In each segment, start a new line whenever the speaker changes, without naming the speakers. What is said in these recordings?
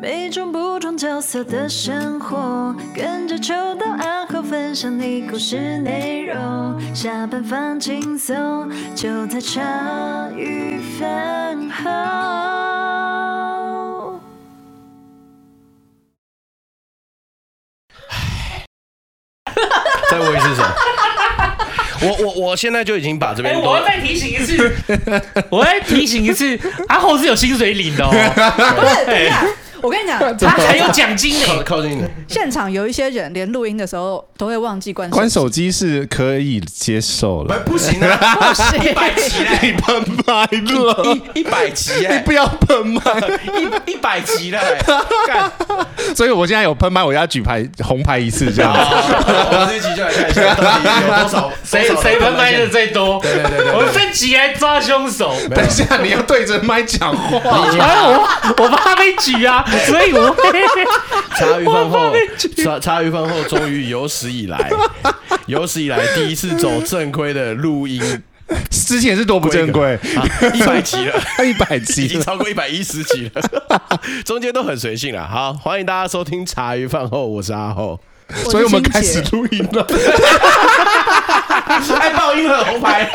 每种不同角色的生活，跟着秋到暗号分享你故事内容。下班放轻松，就在茶余饭后。
再问一次什么？我我我现在就已经把这
哎、
边都
我要再提醒一 次，我再提醒一次，阿后是有薪水领的哦，
不是，等一下，我跟你讲，
他还有奖金
靠
呢。
靠近你，
现场有一些人连录音的时候都会忘记关
关手机是可以接受了，
不行啊，
不行，
你喷麦了，
一百集哎、
不要喷麦。
一一百集 了、欸，干
所以我现在有喷麦，我要举牌红牌一次这样。
我们这集就来看一 下到底有多少
谁谁喷麦的？最多？
对对对对
我们这集来抓凶手。
等一下，你要对着麦讲话。
然后哎我我怕被举啊，所以 我会
茶余饭后，茶茶余饭后，终于有史以来， 有史以来第一次走正规的录 音，
之前是多不正规，
一百集 了。
一百
已
集
经超过一百一十集了，中间都很随性了。好，欢迎大家收听茶余饭后，我是阿后。
所以 我们开始录音了。
爱爆音很红牌，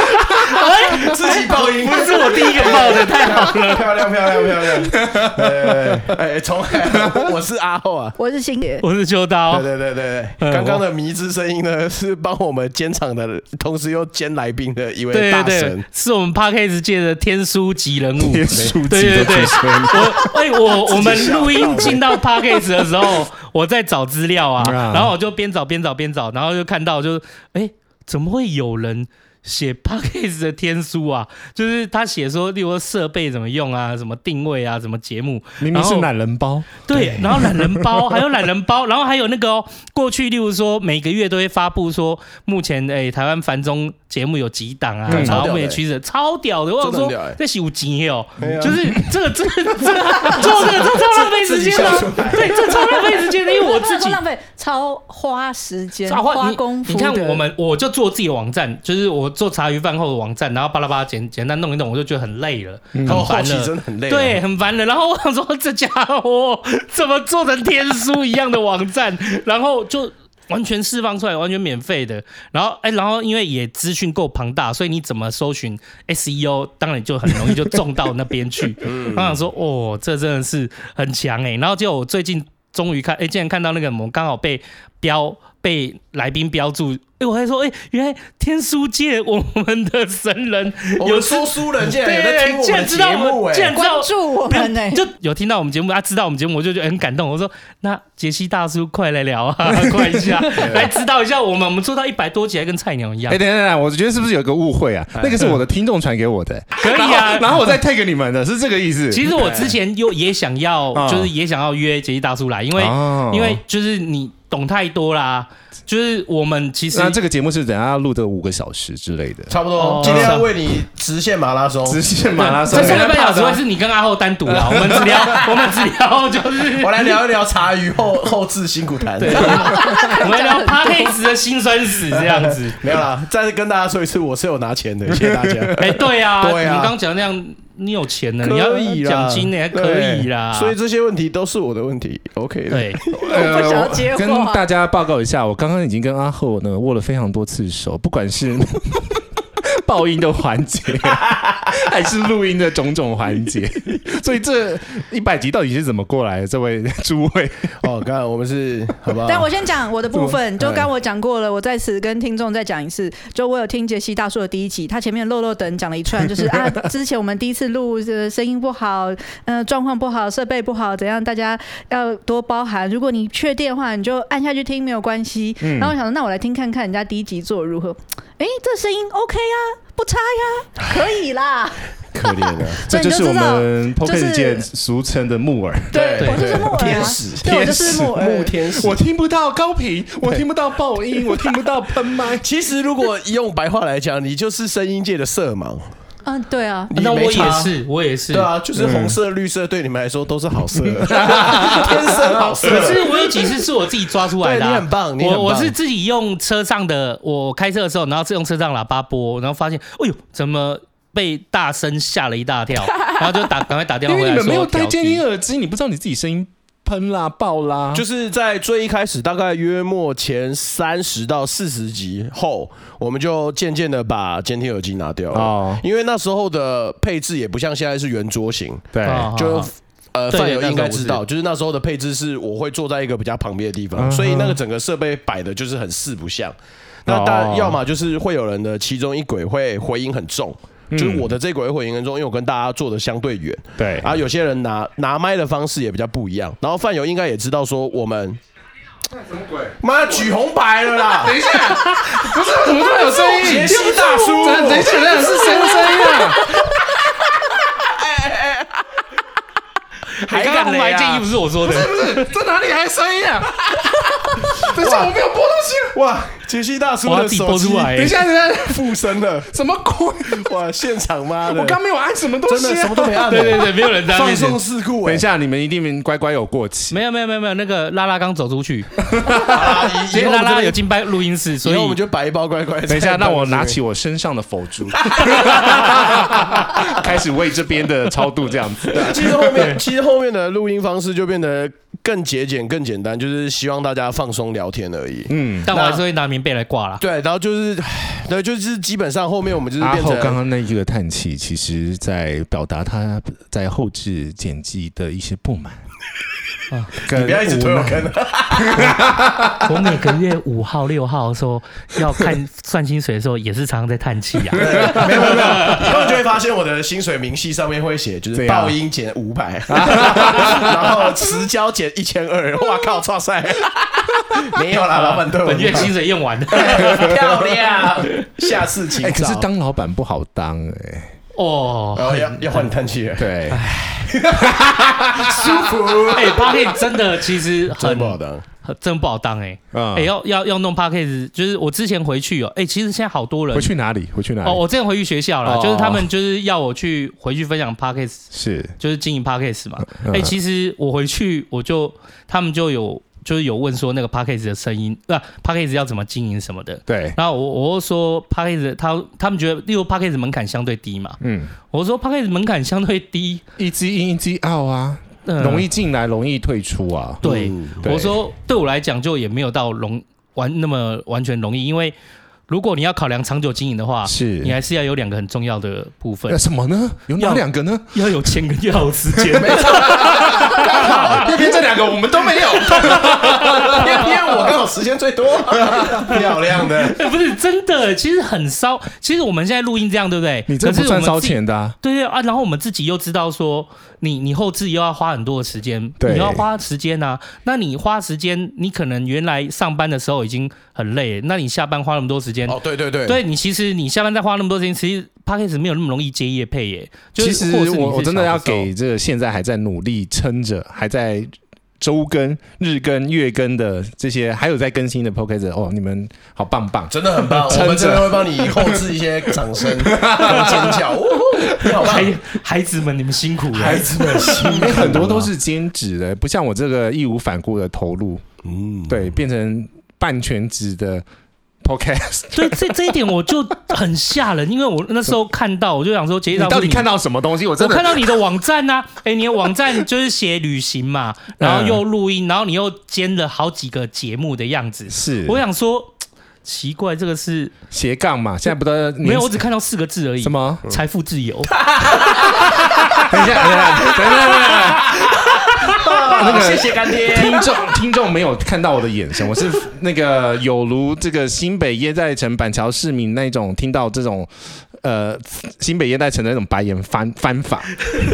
自己爆音，
哎不是我第一个报的，太好了。
漂亮漂亮漂亮。哎哎哎，重来，我是阿后啊。
我是星爷，
我是秋刀
对，对对对对，
嗯
刚刚的迷之声音呢，是帮我们监场的，同时又监来宾的一位
对
大
对对
神，。
是我们 podcast 界的天书级人物。
天书级的
对对对
主持人
我 哎、我我们录音进到 podcast 的时候，我在找资料啊，
啊
然后我就边找边找边找，然后就看到就哎、怎么会有人？写 podcast 的天书啊，就是他写说，例如说设备怎么用啊，什么定位啊，什么节目，
明明是
然后
懒人包，
对，然后懒人包，还有懒人包，然后还有那个、哦、过去，例如说每个月都会发布说，目前诶、台湾繁中节目有几档啊，
嗯
然
超屌
后
的
我们也趋势超屌的，我想
真的很
说
屌欸
这是有钱哦
对啊，
就是这个这个这个做这个这超浪费时间的
自己笑出
啊，对，这超浪费时间的，因为我
不
自
能说
己
浪费，超花时间，
啊花
花
你
功夫
你看
的
我们，我就做自己的网站，就是我做茶余饭后的网站，然后巴拉巴拉简简单弄一弄，我就觉得很累了，很
后后
烦
期
了，
真的很累啊。
对，很烦的。然后我想说，这家伙怎么做成天书一样的网站？然后就完全释放出来，完全免费的。然后，哎、然后因为也资讯够庞大，所以你怎么搜寻 SEO，当然就很容易就中到那边去。我想说，哦，这真的是很强哎、然后就我最近终于看，哎、竟然看到那个我们刚好被标。被来宾标注，哎、我还说，哎、原来天书界我们的神人
我
有
们说书人竟然有在
对
听，我
竟
们
然
的
知道
节
我
目
们，竟
哎，
然知道
关 注我们呢、
哦
就有听到我们节目，他、啊知道我们节目，我就觉得很嗯感动。我说：“那杰西大叔，快来聊啊，快一下，来指导一下我们。我们做到一百多集，还跟菜鸟一样
哎，，等一下等一下，我觉得是不是有个误会啊？那个是我的听众传给我的，
可以啊。”
然后我再 tag 你们的，是这个意思？
其实我之前又也想要，
嗯
就是也想要约杰西大叔来，因为、
哦
因为就是你懂太多啦，就是我们其实
那这个节目是等一下要录的五个小时之类的，
差不
哦
多。今天要为你直线马拉松，
直线马拉松。
这三个半小时会
没人怕的啊
是你跟阿后单独啊 啦，我们只聊我们只聊就是
我来聊一聊茶余后后置辛苦谈。
对，我们聊 p a r k e 的辛酸史这样子。
没有啦，再跟大家说一次，我是有拿钱的，谢谢大 家。
哎、对啊，
对啊
你刚讲那样，你有钱呢，你
可
要
以啦
奖金呢，还可以啦。
对所以这些问题都是我的问题，OK 的。
对，
我不想要接话
呃跟大家报告一下，我刚刚已经跟阿厚呢握了非常多次手，不管是 爆音的环节，还是录音的种种环 节，所以这一百集到底是怎么过来的？这位诸位，
哦，刚才我们是好不好？
但我先讲我的部分，
啊怎
就
么哎
刚刚我讲过了，我在此跟听众再讲一次。就我有听杰西大叔的第一集，他前面漏漏等讲了一串，就是 啊，之前我们第一次录，呃，声音不好，呃，状况不好，设备不好，怎样，大家要多包涵。如果你确定的话，你就按下去听，没有关系。
嗯
然后我想说，那我来听看看人家第一集做得如何。诶，这声音 OK 啊，不差呀， 可以啦。
可怜啊的，
所
这
以你就
就是我
知道
们 p o c
就
a s
是
t 界俗称的木耳。
对
对
我就是木耳
天
啊
使，
对，我就是木耳。
木天使
我。听不到高频，我听不到爆音，我听不到 喷麦
。其实如果用白话来讲，你就是声音界的色盲，
嗯，对啊，
你
那我
没
也
差。
是，嗯我也是。
对啊，就是红色、绿色对你们来说都是好 色， 天生好色。
可是我有几次是我自己抓出来的
对
啊、
你很棒你很
我
棒
我是自己用车上的，我开车的时候，然后是用车上喇叭播，然后发现，哎呦，怎么被大声吓了一大跳，然后就打赶快打电
因
话回
为你
来
们没有
说
戴
调
监听
低。
耳机，你不知道你自己声音喷啦、爆啦，
就是在最一开始，大概约莫前三十到四十集后，我们就渐渐的把监听耳机拿掉了，
哦
因为那时候的配置也不像现在是圆桌型，
对，
啊
哎就
啊
呃，
对
范友
那时候
应该
不是
知道，就是那时候的配置是我会坐在一个比较旁边的地
嗯
方，
哼
所以那个整个设备摆的就是很四不像。那当
哦
然，要么就是会有人的其中一轨会回音很重，就是
嗯
我的这轨会回音很重，因为我跟大家坐的相对远，
对
然后有些人拿拿麦的方式也比较不一样。然后范友应该也知道说我们。妈，举红牌了 啦！
一下，不是怎么会有声音？
杰西大叔
等等一下，等一下是谁的声音啊？
还刚刚
啊
买件衣服是我说的，
这哪里还声音啊？ 等一下，我没有播东西了。
哇，杰西大叔
我要
的
自己
手
播
机
出来。
等一下，等一下，
附身了，
什么鬼？
哇，现场妈的，
我刚没有按什么东西、啊，
真的什么都没按， 欸
对对对，没有人在那
放
边
送事 故。欸
等一，下，你们一定乖乖有过期。
没有没有没有没有，那个拉拉刚走出 去，
以
因
以
为
后
拉
我们
拉
就
有进班录音室，所
以
以
后我们就摆一包乖乖。
等一下，让我拿起。我身上的佛珠， 开始为这边的超度这样 子。
其实后面，其实后面的录音方式就变得更节俭、更简单，就是希望大家放松聊天而已。
嗯，
但我还是会拿棉被来挂啦。
对，然后就是，唉对，就是基本上后面我们就是
阿
变
后啊刚
成。
刚那一个叹气，其实在表达他在后置剪辑的一些不满。啊你
你不要一直推我坑啊！
我每个月五号、六号的时候要看算薪水的时候，也是常常在叹 气啊。
没有没有没有，以后就会发现我的薪水明细上面会写，就
对
是
啊
报音减五百， 然后迟交减一千二。哇靠，超 帅！没有啦，老板对我
本月薪水用完了。
漂亮， 下次请
哎、可
找。
是当老板不好当哎、
哦，
然后要要换叹气了。
对，
哎 p a r k e 真的其实很
真不好当。
很真不好当哎、
嗯
哎、要要要弄 p a r k e 就是我之前回去哦、哎、其实现在好多人
回去哪里？回去哪里？
哦，我之前回去学校了，
哦
就是他们就是要我去回去分享 p a r k e
是，
就是经营 p a r k e s 嘛。哎、
嗯
其实我回去我就他们就有就是有问说那个 p a r k e 的声音，啊、p a r k e 要怎么经营什么的。
对，
然后我我又说 p a r k e 他他们觉得，例如 p a r k e 门槛相对低嘛，
嗯，
我说 p a r k e 门槛相对低，
一击in 一击 out 啊，
呃
容易进来，容易退出啊。
对，
嗯
对
我说对我来讲就也没有到容完那么完全容易，因为如果你要考量长久经营的话，
是呃
你还是要有两个很重要的部分
那，什么呢？有哪
要
两个呢？
要有钱跟要有时间。
偏偏这两个我们都没有。
偏偏我刚好时间最多，漂亮的。
不是真的，其实很烧。其实我们现在录音这样，对不对？
你这
可是
不
我
算
们
烧
自己。
钱的、啊。
对对啊，然后我们自己又知道说，你你后置又要花很多的时间，
对
你要花时间啊。那你花时间，你可能原来上班的时候已经很累，那你下班花那么多时间，
哦，对对对，
对你其实你下班再花那么多时间，其实 p a c k a g e 没有那么容易接业配耶。就
其
是
实
或者是你
我
是
我真的
小
要
时候
给这个现在还在努力撑着，还在周更、日更、月更的这些，还有在更新的 p o c a s t 哦，你们好棒棒！
真的很棒，
撑着
我们真的会帮你后置一些掌声跟尖叫。哦，你好棒，
孩孩子们，你们辛苦了。
孩子们辛
因
苦
为
了
很多都是兼职的，不像我这个义无反顾的投入，
嗯，
对，变成半全职的 podcast。
对，这这一点我就很吓人，因为我那时候看到，我就想说，杰
你
一老师
到 底
你
看到什么东西？我
我
真的
看到你的网站 呐、啊，哎、你的网站就是写旅行嘛，然后又录音，然后你又兼了好几个节目的样子。
是
我想说，奇怪，这个是
斜杠嘛，现在不都
没有，我只看到四个字而已。
什？ 么？
财富自 由。
等一下，等一下，等一下，等一下。那个
谢谢干爹。
听众听众没有看到我的眼神，我是那个有如这个新北耶诞城板桥市民那种听到这种呃新北耶诞城的那种白眼翻翻法，
你们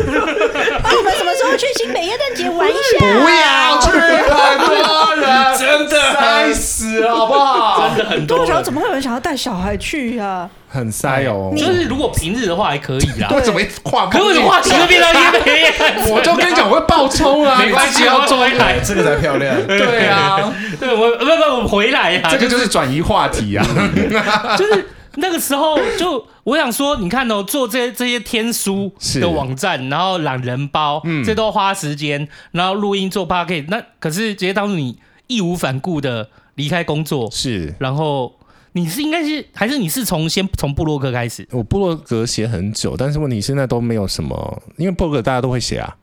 什么时候去新北耶诞节玩一下？
很多人真的塞死好不好？
真的很
多
多
少怎么会有人想要带小孩去呀、啊？
很塞哦，
就是如果平日的话还可以 啦，
为什么一直跨不
可
进
为什么话题会变到夜配？
我就跟你讲，我会爆冲啊！
没关系，我要
冲。
回 来。
这个才漂亮，
对啊，
对，我不不，我回来啊呀、
这个就是转移话题啊。
就是那个时候就我想说，你看哦，做这些这些天书
是嗯
的网站，然后懒人包，这都花时间，然后录音做 p a c k e t 那可是直接当初你义无反顾的离开工作，
是
然后你是应该是还是你是从先从布洛克开始
我部落格写很久，但是问题现在都没有什么，因为部落格大家都会写啊。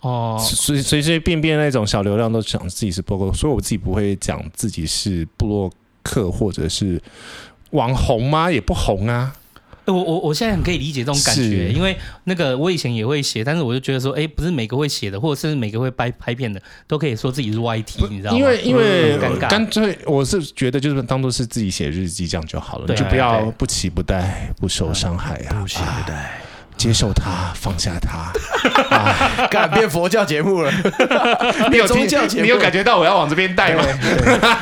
哦，
随随随便便那种小流量都讲自己是播客，所以我自己不会讲自己是部落客或者是网红吗？也不红啊。
欸我我我现在很可以理解这种感觉，
是
因为那个我以前也会写，但是我就觉得说，哎、不是每个会写的，或者甚至每个会拍拍片的，都可以说自己是 YT，你知道吗？
因为因为
嗯很尴尬，
干脆我是觉得就是当做是自己写日记这样就好了，
对
你就不要
对
不期不待，不受伤害啊，不期不待。接受它，放下它。
改变佛教节目了，
你有
宗
听
教节？目
你有感觉到我要往这边带吗？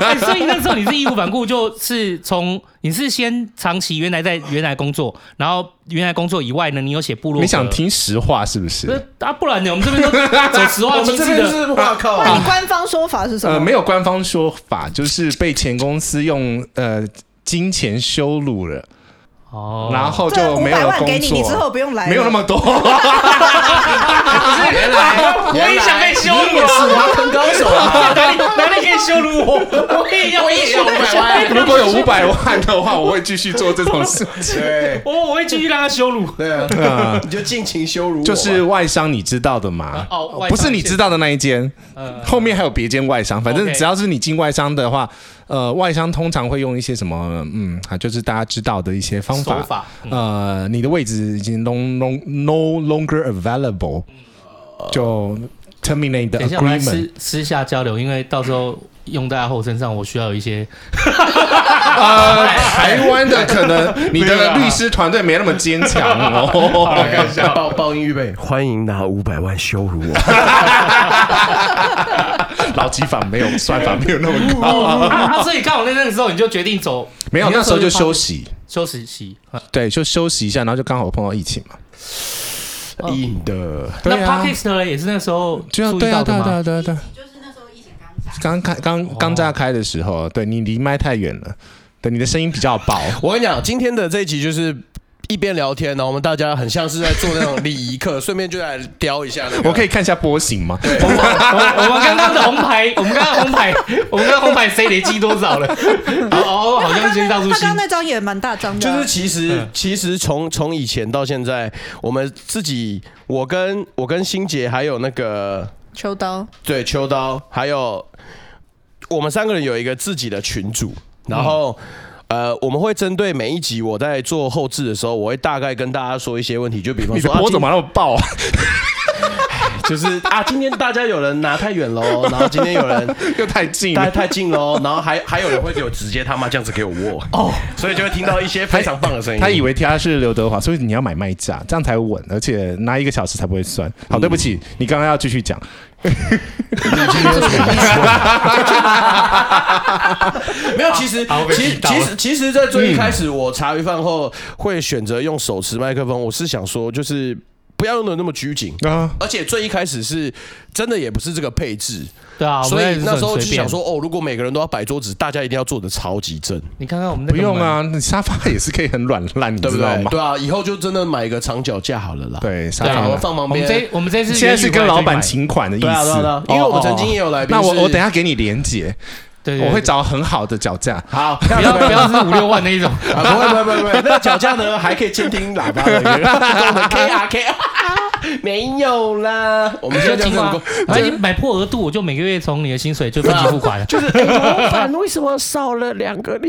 哎、所以那时候你是义无反顾，就是从你是先长期原来在原来工作，然后原来工作以外呢，你有写部落格，
你想听实话是不
不
是？
是？啊，不然呢？我们这边都走实 话
我
机
们这
制
边
的，
是哇靠
那你
啊，
官方说法是什么？
呃，没有官方说法，就是被前公司用呃金钱羞辱了，
哦
然后
这
就
五
没
百
有
万
工
给你，你之后
作。
不用来了，
没有那 么多，
原来我也想被羞
你也
辱。
是挖坑高手啊！
哪里哪里可以羞辱我？我也要，我也要五百
如果有五百万的话，我会继续做这种事 情。
对
我我会继续让他羞辱。
对啊，你就尽情羞辱我吧，
就是外商，你知道的嘛？
哦外商
不是你知道的那一间，后面还有别间外商。反正
OK
只要是你进外商的话，呃，外商通常会用一些什么，嗯，啊，就是大家知道的一些方法。
手法嗯
呃，你的位置已经 no no no longer available，就 terminate the
等一下，我们来
agreement
私。私下交流，因为到时候用在阿后身上，我需要有一些
呃，台湾的可能你
没有
的
啦
律师团队没那么坚强哦。
开玩笑，报报音预备，欢迎拿五百万羞辱我。
劳基法没有，算法没有那么高。
啊啊，所以刚好在那个时候你就决定走
没有，
你那
那
时
时
候
候就
就
休息，
休息期。啊
对，就休息一下，然后就刚好碰到疫情嘛。
硬的，
那
对
p
啊
o d c a s t 呢也是那时候
就
注意
对啊，
到
对
的
啊，对
吗？
啊，对啊，对啊。刚开刚刚炸开的时候，对你离麦太远了，对你的声音比较薄。
我跟你讲，今天的这一集就是。一边聊天，然后我们大家很像是在做那种礼仪课， 顺便就来雕一下那个。
我可以看一下波形吗？
我们我我 们刚刚的红牌，我们刚刚红牌，我们刚刚红牌谁累积多少 了？哦，哦好
他
像先
刚那
到
他
入
刚
心
刚。那张也蛮大张的
就
啊，
是其实其实从从以前到现在，我们自己，我跟我跟欣杰还有那个
秋刀。
对秋刀，还有我们三个人有一个自己的群组，然后。呃，我们会针对每一集，我在做后置的时候，我会大概跟大家说一些问题，就比方
你的
说，啊
波
今
怎么那么爆啊？
就是啊，今天大家有人拿太远 喽，然后今天有人
又太近
大家
了。
太近喽，然后还还有人会有直接他妈这样子给我握哦，所以就会听到一些非常棒的声音。
他以为他是刘德华，所以你要买麦架，这样才稳，而且拿一个小时才不会酸。
嗯
好，对不起，你刚刚要继续讲。
没有，其实
好啊被
其
踢
实
到
其实其实，在最一开始，我茶余饭后会选择用手持麦克风，我是想说，就是不要用的那么拘谨。
啊，
而且最一开始是真的也不是这个配置，
对啊，我
所
们
以
也是
那时候
很
就
随便
想说，，哦，如果每个人都要摆桌子，大家一定要坐的超级正，
你看看我们那
不
个
用
门
啊，你沙发也是可以很软烂，你
对不
知道
对？
吗？
对啊，以后就真的买一个长脚架好了啦。
对，沙
对啊
发
然后
软。
放旁
我们
边。
这我们这次
现在是跟老板
请，
请款的意思。哦
对啊对啊对啊因为我们曾经也有来宾
那我
是
我等一下给你连结，
对，对
我会。找很好的脚架。
好，
对
不
不要不要是五六万那一种，
啊，不会不会不会不会，那个脚架呢还可以监听喇叭的 功能 K R K R，没有啦，我们现在这样
就听
子很
话
够。，
反正你买破额度，我就每个月从你的薪水就分期付款。
就是、哎老板为什么少了两个零？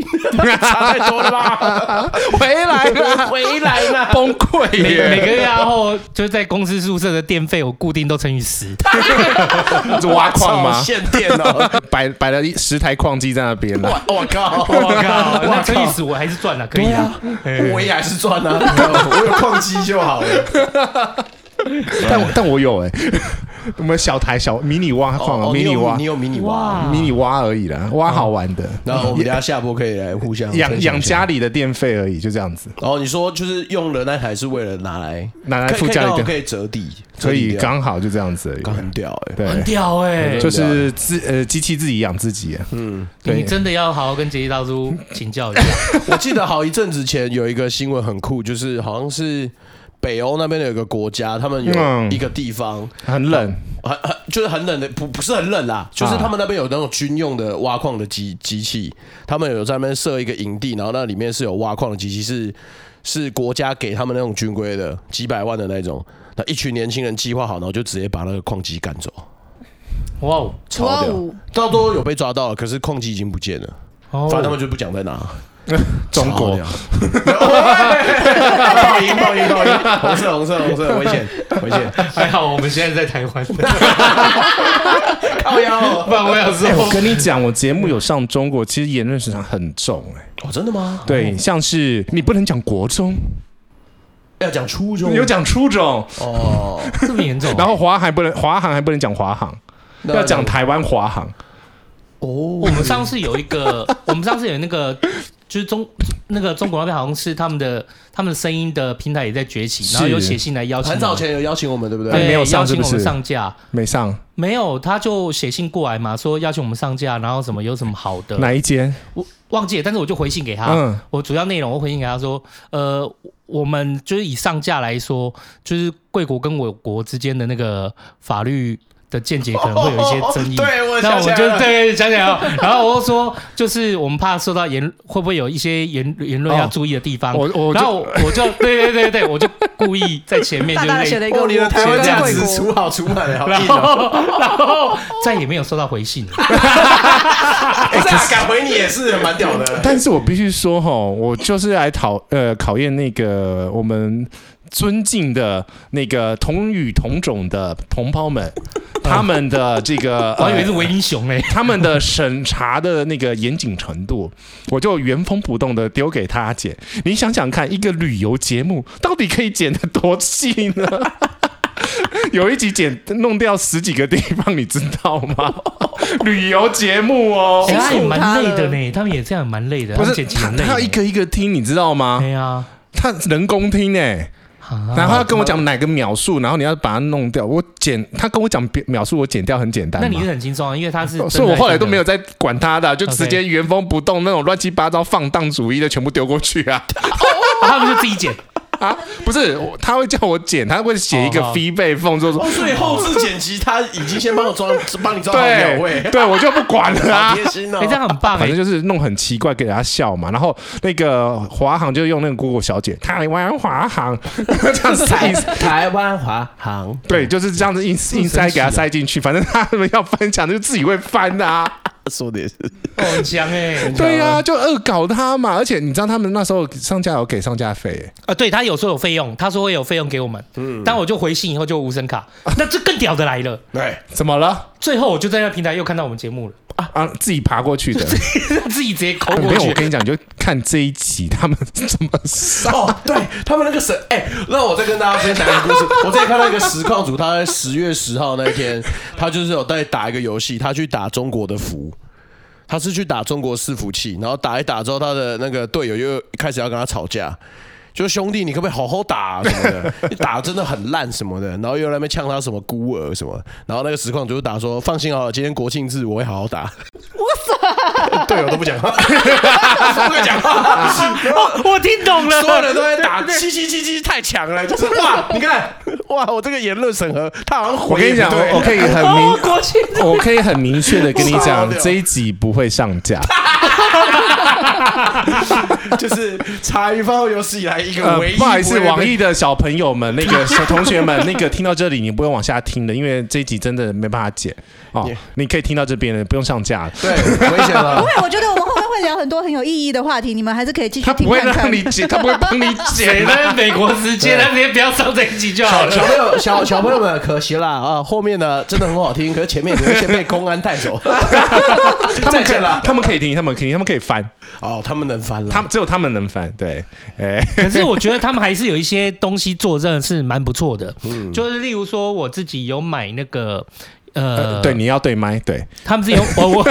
差太多了 吧？
回来了，
回来啦！
崩溃
每 每个
耶！
月然后就是在公司宿舍的电费，我固定都乘以十。
是挖矿
操
吗？
限电 哦！
摆摆了一十台矿机在那边了。
我我靠！
我靠，那乘以十我还是赚了，可以啊。
我也还是赚啊， 我有矿机就好了。
但我但我有哎，我们小台小迷你挖矿啊，
哦
迷
你
你
有
挖
你有迷你蛙，
迷你挖而已啦，挖好玩的，
然后我们等一下下播可以来互相
养
分享
养
一下
家。里的电费而已，就这样子，
哦，你说就是用了那台是为了拿来
拿来
可以
附
可以
加一
刚好
点
可以折抵，
所
折抵
以
掉
刚好就这样子而
刚
已。
很屌哎。
对，
屌哎
就是自呃机器自己养自己啊。嗯，
你
对。
真的要好好跟杰西大叔请教一 下。
我记得好一阵子前有一个新闻很酷，就是好像是北欧那边的有个国家，他们有
嗯
一个地方
很冷，
很很就是很冷的，不不是很冷啦，就是他们那边有那种军用的挖矿的机机器，他们有在那边设一个营地，然后那里面是有挖矿的机器，是是国家给他们那种军规的，几百万的那种。那一群年轻人计划好，然后就直接把那个矿机赶走，
哇哦
超屌。到最后有被抓到了，可是矿机已经不见了，
哦，
反正他们就不讲在哪。
中
超
国
屌报应报应报应，红色红色红色，危险危险，
还好，我们现在在台 湾，
靠腰哦
不然我想说
哎、，我 跟你讲，我节目有上中国，其实言论市场很重哎、
哦，真的吗？
对，像是你不能讲国中，
要讲初中
你有讲初中，
哦，
这么严重啊，
然后华航还不能，华航还不能讲华航，
那
要讲台湾华航。
哦
我，们上次有一个，我们上次有那个，就是中那个中国那边好像是他们的他们的声音的平台也在崛起，
是
然后有写信来邀请我
很
们，
早前有邀请我们，对不
但
对
没有上
邀请
是不
我们
是
上架，
没上
没有他就写信过来嘛，说邀请我们上架，然后什么有什么好的，
哪一间？
我忘记了，但是我就回信给他，
嗯，
我主要内容我回信给他说，呃，我们就是以上架来说，就是贵国跟我国之间的那个法律的见解可能会有一些争 议。
哦对我
那
想
我
起来
们就
了
对想起来了，然后我就说，就是我们怕受到言会不会有一些言言论要注意的地方。
我哦我
然
就
后我我就对对对对，我就故意在前面
大
就
大的
是哎
写了
类，
一个
哦，你的台湾价
我
值
跟贵
除好除满，好
然
硬哦！
后然后再也没有收到回信了。
哦
哎，这样敢回你也是蛮屌的。
但是我必须说哈，我就是来讨呃考验那个我们尊敬的那个同语同种的同胞 们，他们的这个，
我还以为是
呃
维英雄嘞，
他们的审查的那个严谨程度，我就原封不动的丢给他姐。你想想看，一个旅游节目到底可以剪得多细呢？ 有一集剪弄掉十几个地方，你知道吗？ 旅游节目哦，
哎他也
辛苦他
蛮累的
了
呢，他们也这样蛮累的，
不
他们
是
剪辑
他
很累
他
呢。
要一个一个听，你知道吗
对？呀，
他人工听哎、
啊
然后他跟我讲哪个秒数，然后你要把它弄掉。我剪，他跟我讲秒数，我剪掉很简单嘛。
那你是很轻松啊，因为他是真的，
哦所以我后来都没有
真
再管他的，就直接原封不动那种乱七八糟放荡主义的全部丢过去 啊！
的，哦他们就自己剪，
啊，不是，我他会叫我剪，他会写一个
哦好
fee 备缝，就说
哦，所以后置剪辑他已经先帮我装，帮你装好秒位
对，，对我就不管了
好
啊。
贴心哦
哎，这。样很棒
反
哎
正，就是弄很奇怪给他笑嘛，然后那个华航就用那个 Google 小姐台湾华航 这样塞，
台湾华航，
对，就是这样子硬硬塞给他塞进去，反正他们要翻墙就自己会翻的啊。
说的也是。
哦很强哎，
对啊，就恶搞他嘛，而且你知道他们那时候上架有给上架费、欸
啊，对他有说有费用，他说会有费用给我们，但我就回信以后就无声卡，那这更屌的来了，
对，
怎么了？
最后我就在那平台又看到我们节目了，
啊， 自己爬过去的。 哎
自己直接抠
没
过
有，我
去，
跟你讲，你就看这一集他们怎么上。
哦，对他们那个神，哎、那我再跟大家分享一个故事。我之前看到一个实况组，他在十月十号那一天，他就是有在打一个游戏，他去打中国的服，他是去打中国伺服器，然后打一打之后，他的那个队友又开始要跟他吵架。就兄弟，你可不可以好好打、啊、什么的？ 你打得真的很烂什么的，然后又在那边呛他什么孤儿什么，然后那个实况组就打说：“放心好了，今天国庆日我会好好打。”我操！队友都不讲 话，都不敢讲话。
哦我听懂了，
所有人都在打七七七七太强了，就是哇，你看 哇，我这个言论审核，他好像回
我跟你讲，
也不
我 我可以很
哦，
明，
国庆
我可以很明确的跟你
超
讲，
屌
这一集不会上架。
对就是茶余饭后有史以来一个
呃
唯一、，
不好意思，网易的小朋友 们，那个小同学们，那个听到这里，你不用往下听了，因为这一集真的没办法剪哦
也。
你可以听到这边了，不用上架了。
对危险
不
了。
会，我觉得我们后面会聊很多很有意义的话题，你们还是可以继续
他
听
不会
看看
让。你剪，他不会帮你
谁
剪的。
在美国直接，他直接不要上这一集就好
小小
了。
朋友，小小朋友们，可惜啦啊！后面呢，真的很好听，可是前面你会先被公安带 走。
他
再
们可以
见啦，！
他们可以听，他们可以听，他们可以翻，
哦，他们能翻了，
他们只有他们能翻。对，哎，
可是我觉得他们还是有一些东西做，真的是蛮不错的。就是例如说，我自己有买那个呃，
对，你要对麦，对。
他们是有我 我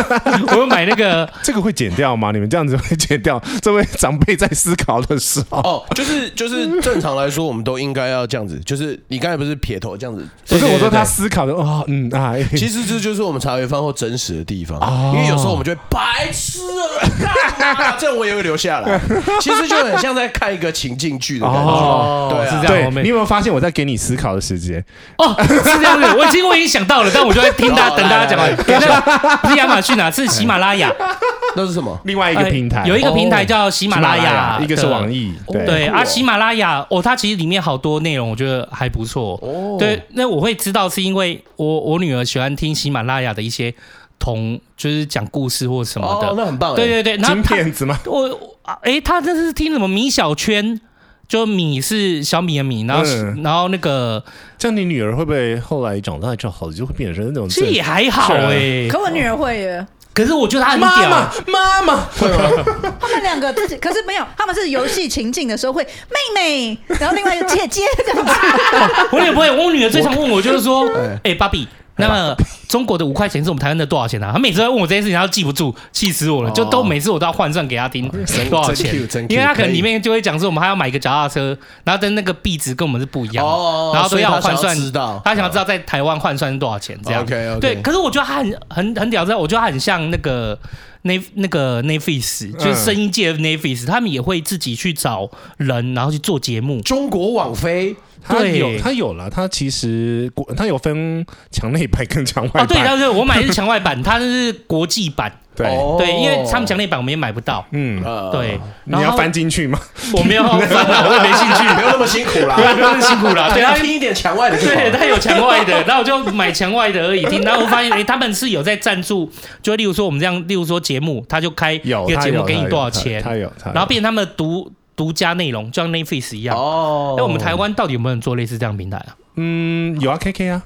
我有买那个
这个会剪掉吗？你们这样子会剪掉？ 这位长辈在思考的时候，
哦，就是就是正常来说，我们都应该要这样子。就是你刚才不是撇头这样子
不是
对对
我说
对
他思考的哦，嗯啊，
其实这就是我们茶余饭后真实的地方
哦，
因为有时候我们就会白痴啊，干 嘛这种我也会留下来。其实就很像在看一个情境剧的感
哦
觉，对
是
啊
这。样
对
我，们
你有没有发现我在给你思考的时间？
哦，是这样子，我已经我已经想到了，但我就在听大
哦
家等大家讲完
来来来。
对那个不是亚马逊啊，是喜马拉雅，
那是什么？
另外 一个平台，哦
哎有一个平台叫喜
喜
马拉雅，
一个是网。易，对
对啊，喜马拉雅哦，它其实里面好多内容，我觉得还不错。
哦，
对，那我会知道是因为我我女儿喜欢听喜马拉雅的一些同，就是讲故事或什么
哦，
的。
那很棒。
对，对对，然后
金
她
骗子吗？
我哎，她这是听什么米小圈？就米是小米的米，然后、
嗯
然后那个
这样你女儿会不会后来长大之后就会变成那种
其实也
正？
还好
是啊
哎、
可我女儿会耶，
可是我觉得她很
妈
屌，欸
妈，妈妈，
他们两个自己，可是没有，他们是游戏情境的时候会妹妹，然后另外一个姐姐这样子。
我也不会。我女儿最常问我就是说
哎，
哎，芭比。那么中国的五块钱是我们台湾的多少钱啊？她每次都在问我这件事情，她都记不住，气死我了！
哦
就都每次我都要换算给她听 多少钱
真 cute，真，cute，
因为她可
可
能
以
里面就会讲说我们还要买一个脚踏车，然后但那个币值跟我们是不一样的，
哦，
然后都
所以他
换
想
算，
知道，
她想要知道在台湾换算是多少钱这样。
OK，OK
对，可是我觉得她很很很屌，在我觉得她很像那个。那那个 n e f i s 就是
嗯
声音界的 n e f i s 他们也会自己去找人，然后去做节目。
中国网飞
她
对
有，她有了，她其实她有分墙内版跟墙
哦，
外
对，
版，
对对，我买的是墙外 版，它是国际版，
对，
哦
对，因为他们墙内版我们也买不到，
嗯，
呃
对，。
你要翻，进去吗？
我 没有翻啊，我也没兴
没
趣，
有那么辛苦 啦，
对，不用辛苦 了，对，他
听一点墙外的就好
对，
了。
他有墙外的，然后我就买墙外的而已听，然后我发现，哎，他们是有在赞助，就例如说我们这样，例如说节目，他就开一
有，
个
她
节
有
目给
她
你
有
多少
她
钱，
她有，她有
然后变成他们的独独家内容，就像 Netflix 一样。
哦
哎，我们台湾到底有没有人做类似这样的平台啊？
嗯，有啊，KK 啊。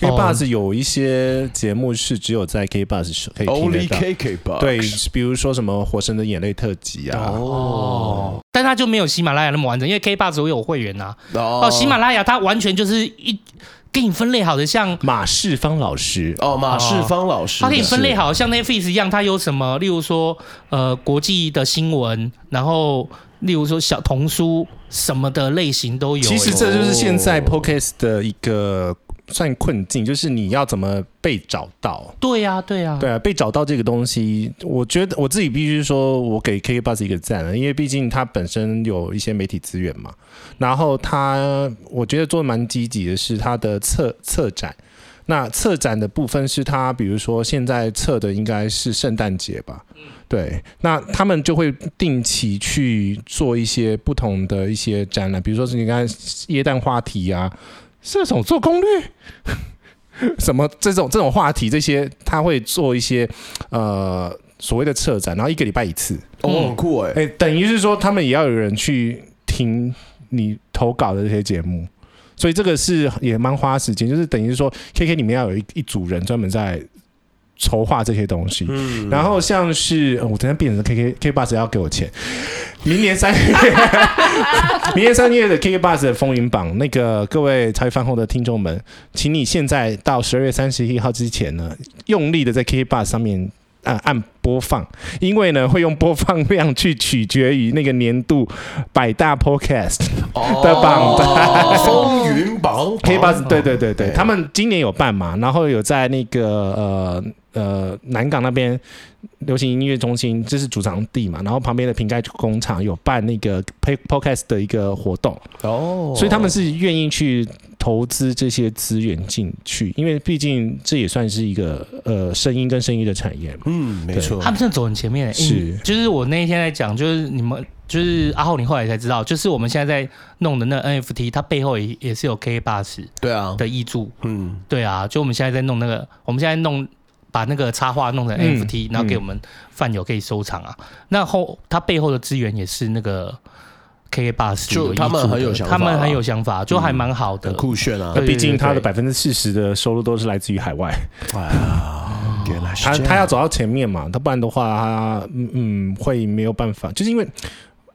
K
哦
Bus 有一些节目是只有在 K Bus 是可以听得
Only
到，
KK 吧？
对，比如说什么《火神的眼泪》特辑啊，
哦
但它就没有喜马拉雅那么完整，因为 K Box 我有会员啊，哦，
哦
喜马拉雅它完全就是一给你分类好的，像
马世芳老师，
哦马世芳老师，
它给你分类好，像 Netflix 一样，它有什么，例如说呃国际的新闻，然后例如说小童书什么的类型都有。
其实
欸
这就是现在
哦
Podcast 的一个算困境，就是你要怎么被找到。
对呀、对呀、
对啊，被找到这个东西，我觉得我自己必须说，我给 KK Bus 一个赞啊，因为毕竟它本身有一些媒体资源嘛。然后它，我觉得做得蛮积极的是它的策策展。那策展的部分是它，比如说现在策的应该是圣诞节吧，对，那他们就会定期去做一些不同的一些展览，比如说是你看耶诞话题啊，射手座攻略。什么这种这种话题，这些他会做一些呃所谓的策展，然后一个礼拜一次，
哦，
嗯
很酷哎，
哎，等于是说他们也要有人去听你投稿的这些节目，所以这个是也蛮花时间，就是等于是说 KK 里面要有一一组人专门在筹划这些东西，
嗯
然后像是、呃我昨天变成 KK K Bus 要给我钱，明年三月， 明年三月的 KK Bus 的风云榜，那个各位茶余饭后的听众们，请你现在到十二月三十一号之前呢，用力的在 KK Bus 上面。按按播放，因为呢会用播放量去取决于那个年度百大 podcast 的榜单
哦风云榜哦
K
哦
Bus，对对对对，
对
他们今年有办嘛，然后有在那个呃呃南港那边流行音乐中心，这是主场地嘛，然后旁边的瓶盖工厂有办那个 P- Podcast 的一个活动，
哦，
所以他们是愿意去投资这些资源进去，因为毕竟这也算是一个呃声音跟声音的产业嘛。
嗯，没错
他，们真的走很前面、欸。
是
嗯就是我那一天在讲，就是你们，就是啊阿浩，你后来才知道，就是我们现在在弄的那 NFT，它背后也也是有 K Bus
对啊，
的益助。
嗯，
对啊，就我们现在在弄那个，我们现在弄把那个插画弄成
嗯
NFT，、然后给我们饭友可以收藏啊。那后它背后的资源也是那个 KK Bus，
就
有
他们
挹注的
很有想法
他们很
啊
有想法，就还蛮好的。
很酷炫啊
对，
毕竟它的
对
百分之四十的收入都是来自于海外，
原来是
他
这样
他要走到前面嘛，他不然的话，他嗯嗯会没有办法，就是因为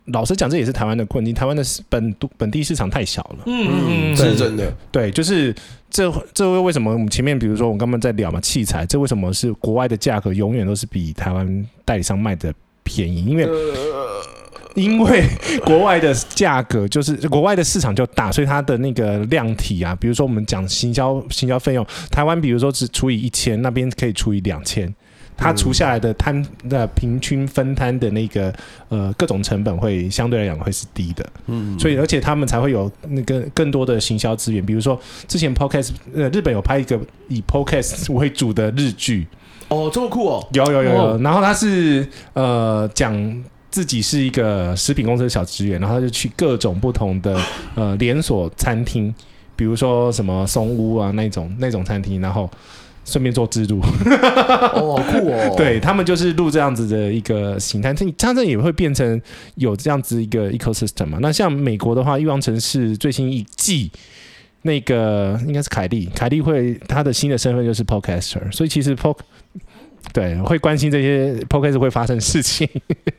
老实讲，这也是台湾的困境，台湾的市本都本地市场太小了，
嗯嗯
嗯，
嗯，
是真的，
对，就是这这为什么我们前面比如说我们刚刚在聊嘛器材，这为什么是国外的价格永远都是比台湾代理商卖的便宜？因为因为国外的价格就是国外的市场就大，所以它的那个量体啊，比如说我们讲行销行销费用，台湾比如说只除以一千，那边可以除以两千。它除下来的摊的平均分摊的那个呃各种成本会相对来讲会是低的，嗯，所以而且他们才会有那个更多的行销资源，比如说之前 podcast 呃日本有拍一个以 podcast 为主的日剧，
哦，这么酷哦，
有有有有
哦，
然后他是呃讲自己是一个食品公司的小职员，然后他就去各种不同 的呃连锁餐厅，比如说什么松屋啊那种那种餐厅，然后顺便做制度，，
哦，好酷哦
对他们就是录这样子的一个形态，这它这也会变成有这样子一个 ecosystem 嘛。那像美国的话，《欲望城市》最新一季。那个应该是凯莉，凯莉会她的新的身份就是 podcaster，所以其实 pod 对会关心这些 podcast 会发生事情，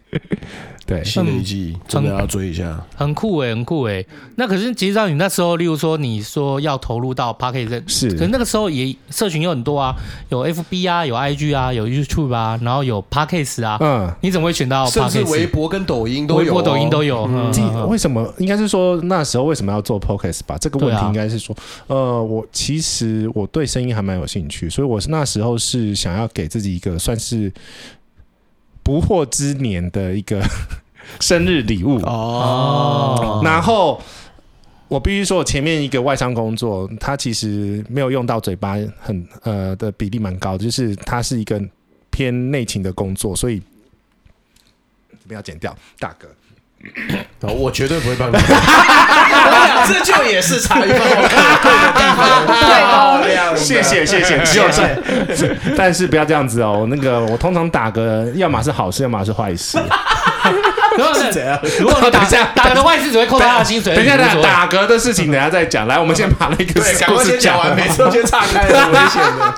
对，
新的一季真的要追一下，
很酷哎、很酷哎、那可是其实让你那时候，例如说你说要投入到 p a r k e t
是
可是那个时候也社群有很多啊，有 FB 啊，有 IG 啊，有 YouTube 啊，然后有 p a r k e t 啊，
嗯，
你怎么会选到 p a
甚至
r k e t
微博跟抖音都有哦，
微博、抖音都有。嗯
自己
嗯嗯
为什么应该是说那时候为什么要做 podcast 吧？这个问
对
题
啊
应该是说，呃，我其实我对声音还蛮有兴趣，所以我是那时候是想要给自己一个算是不惑之年的一个 生日礼物。
哦，
然后我必须说，我前面一个外商工作，它其实没有用到嘴巴很呃的比例蛮高的，就是它是一个偏内勤的工作，所以不要剪掉，大哥。
哦
啊
我绝对不会帮你。我想 这就也是茶余饭后可以的地方，
谢谢谢谢，只有这， 但是不要这样子哦。那个我通常打个，要么是好事，要么是 坏事。
如果
怎样
如果你
等
打
一下
打个坏事，只会扣他的薪水。
等一下，
无所
打
谓
打嗝的事情等一下再讲。来，我们先把那个
对，赶快
故事
先讲完，每次都先岔开了，很危险 的。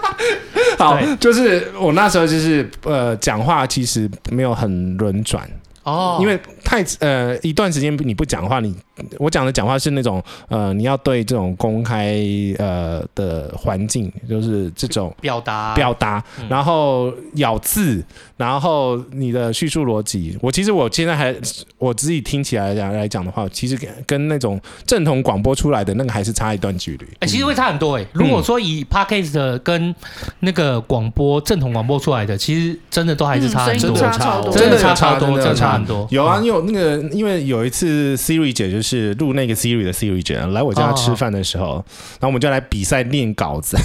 好
对，
就是我那时候就是呃，讲话其实没有很轮转，
哦，
因为太呃一段时间你不讲话，你我讲的讲话是那种呃，你要对这种公开呃的环境，就是这种
表达
表达，
嗯
然后咬字，然后你的叙述逻辑。我其实我现在还我自己听起来讲来讲的话，其实跟跟那种正统广播出来的那个还是差一段距离。
哎、其实会差很多哎、
嗯
如果说以 podcast 跟那个广播正统广播出来的，其实真的都还是差很
嗯声
多，
音
真的有
差
差
超
哦
多，
真的
有
差超多，
真的有
真的
差
差很多。嗯
有啊，你有那个，因为有一次 Siri 姐就是录那个 Siri 的 Siri 姐来我
啊
家吃饭的时候，然后我们就来比赛念稿子。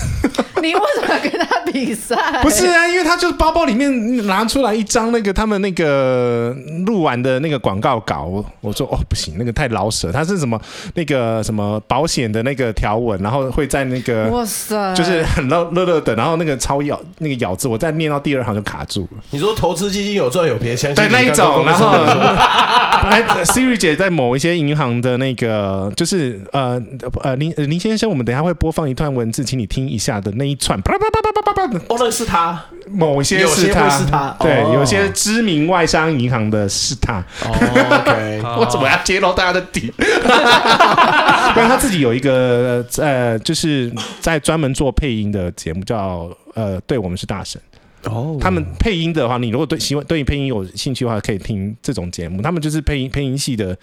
你为什么跟他比赛？
不是啊，因为他就是包包里面拿出来一张那个他们那个录完的那个广告稿，我我说哦不行，那个太老舍，他是什么那个什么保险的那个条文，然后会在那个
哇塞，
就是很乐乐乐的，然后那个超咬那个咬字，我再念到第二行就卡住了，
你说投资基金有赚有赔，相信
对那一
你刚刚
种，然
跟我
后
说的时候
哎 Siri 姐在某一些银行的那个就是呃呃林呃林先生，我们等一下会播放一段文字，请你听一下的那一串，啪啪啪啪啪啪啪
哦，那是他
某些是
有
他，
些会是他
对，
哦
有些知名外商银行的是他。
，OK，
哦我怎么要揭露大家的底？
啊
但他自己有一个呃，就是在专门做配音的节目，叫呃，对我们是大神。
哦
他们配音的话，你如果对喜欢对于配音有兴趣的话，可以听这种节目。他们就是配音配音系的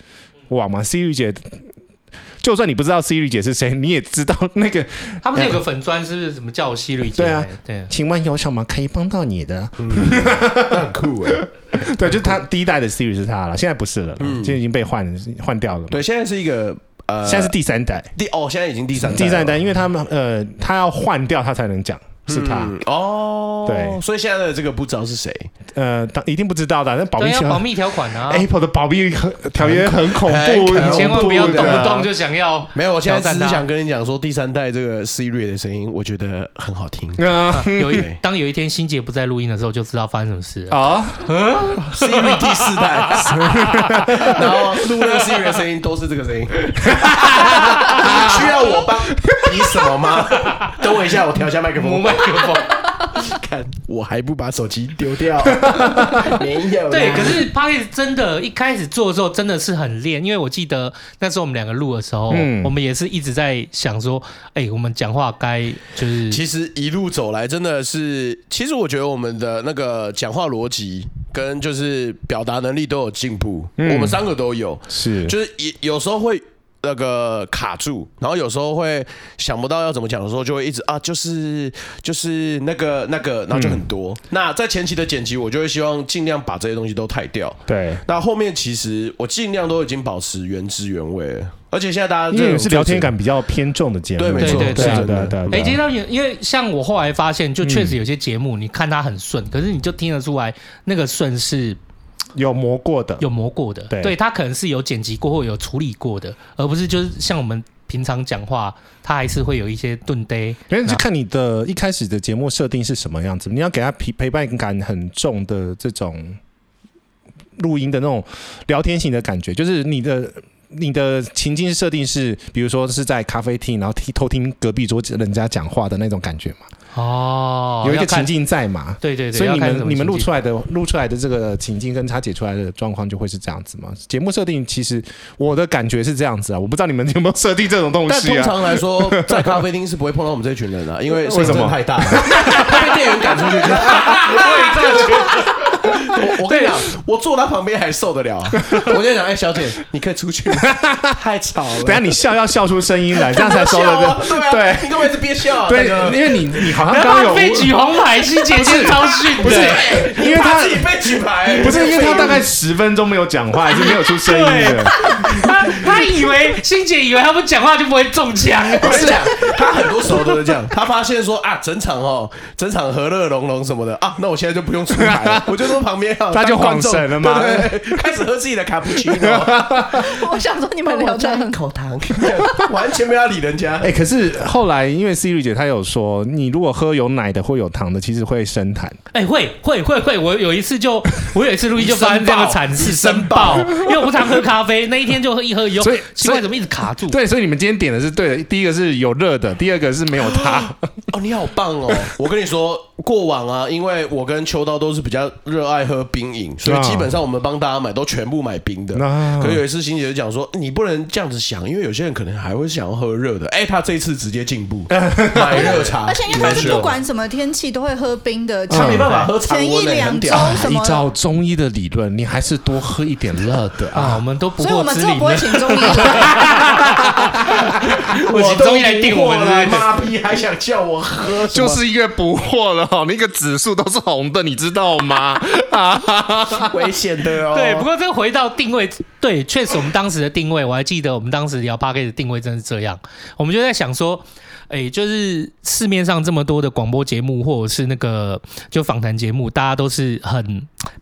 网嘛，Siri 姐。就算你不知道 Siri 姐是谁，你也知道那个。
他们是有个粉砖，是不是什么叫我西律姐？
对啊，
对。
请问有什么可以帮到你的？
嗯很酷哎。
欸对，就是他第一代的 Siri 是他了，现在不是了，现在已经被换换掉了。，
嗯对，现在是一个呃，
现在是第三代，
第哦，现在已经第三
第三代，
了
因为他们呃，他要换掉他才能讲是他，
嗯哦，
对
所以现在的这个不知道是谁，
呃，当一定不知道的，那保
对，
密条哎
要保密条款啊，
Apple 的保密很条约很恐
很
怖，
恐
很
怖哎
千万不要动
的
不动就想要
没有，我现在只
挑战
是
他
想跟你讲说，第三代这个 Siri 的声音，我觉得很好听。
啊
有一
对
当有一天欣姐不在录音的时候，就知道发生什么事了。
啊！
Siri 第四 代，然后录那个 Siri 的声音都是这个声音，需要我帮你什么吗？等我一下，我调一下麦克
母
风。
麦克风，
看，我还不把手机丢掉，没有啦。
啊
对，可是 p a 真的，一开始做的时候真的是很练，因为我记得那时候我们两个录的时候，
嗯
我们也是一直在想说，哎、我们讲话该就是
其实一路走来，真的是，其实我觉得我们的那个讲话逻辑跟就是表达能力都有进步，我们三个都有。
是，
就是也有时候会那个卡住，然后有时候会想不到要怎么讲的时候，就会一直啊，就是就是那个那个，然后就很
嗯
多。那在前期的剪辑，我就会希望尽量把这些东西都汰掉。
对，
那后面其实我尽量都已经保持原汁原味了，而且现在大家
因为
这
是聊天感比较偏重的节目，
对没
错对对
对
对
啊
是
对啊
真的
对啊
哎、
对
其实
啊。
他们因为像我后来发现，就确实有些节目，你看它很顺，可是你就听得出来那个顺是
有磨过的，
有磨过的，
对
对，它可能是有剪辑过或有处理过的，而不是就是像我们平常讲话，它还是会有一些顿呆。
因为就看你的一开始的节目设定是什么样子，你要给他陪陪伴感很重的这种录音的那种聊天型的感觉，就是你的。你的情境设定是，比如说是在咖啡厅，然后听偷听隔壁桌人家讲话的那种感觉嘛，
哦，
有一个
要看
情，境在嘛，
对对对，
所以
要
你
看什么
们你们
情
录
境
出来的录出来的这个情境跟他解出来的状况就会是这样子吗？节目设定其实我的感觉是这样子啊，我不知道你们有没有设定这种东
但
西
通
啊。
常来说， 在咖啡厅是不会碰到我们这群人的、因为
为什么
声音太 大了，被店员赶出去。我我跟你讲，我坐他旁边还受得了。我就想，哎、小姐，你可以出 去吗，太吵了。
等一下你笑要笑出声音来，这样才收
笑
了
啊对啊，
对
你干嘛一直憋笑、啊？
对，
大哥
因为你你好像
不要
刚刚
怕
有
被举红牌，是姐姐超逊的，
不是，因为
你怕
他
自己被举牌，
不是因为他大概十分钟没有讲话，还是没有出声音的。
他他以为欣姐以为他不讲话就不会中 枪，
不是这 样，他很多时候都是这样。他发现说啊，整场哦，整场和乐融融什么的啊，那我现在就不用出牌 了，我就坐旁边啊，
他就
当观众
恍神了吗
对对对开始喝自己的卡布奇诺，
我想说你们聊得很
口糖，完全没有要理人家
哎、。可是后来因为 Siri 姐她有说，你如果喝有奶的或有糖的，其实会生痰。
哎、会会会会，我有一次就我有一次录音就发生这样的惨事，
你申
申
报
报，因为我不常喝咖啡，那一天就喝一喝以后
所以，
奇怪怎么一直卡住？
对，所以你们今天点的是对的，第一个是有热的，第二个是没有 糖。
哦，你好棒哦！我跟你说，过往啊，因为我跟秋刀都是比较热爱喝冰饮，所以
啊
基本上我们帮大家买都全部买冰的。
啊
可有一次，欣姐就讲说，你不能这样子想，因为有些人可能还会想要喝热的。哎，他这一次直接进 步，买热
啊
茶，
而且因为他是不管什么天气都会喝冰的，
嗯
他没办
法。
法喝常
嗯前一
温的，
两
很
周
屌。
什
依
么的，
照中医的理论，你还是多喝一点热的
啊，
啊
我。们都不
所以我
过
们
之
之后
理
不会
呢。
请中医。
我请中医来定我们
来，
的，
妈逼还想叫我喝什
就
么，
是因为不惑了哦，那个指数都是红的，你知道吗？
危险的哦。
对，不过这回到定位，对，确实我们当时的定位，我还记得我们当时聊 p a r k 的定位真是这样，我们就在想说，哎，就是市面上这么多的广播节目或者是那个就访谈节目，大家都是很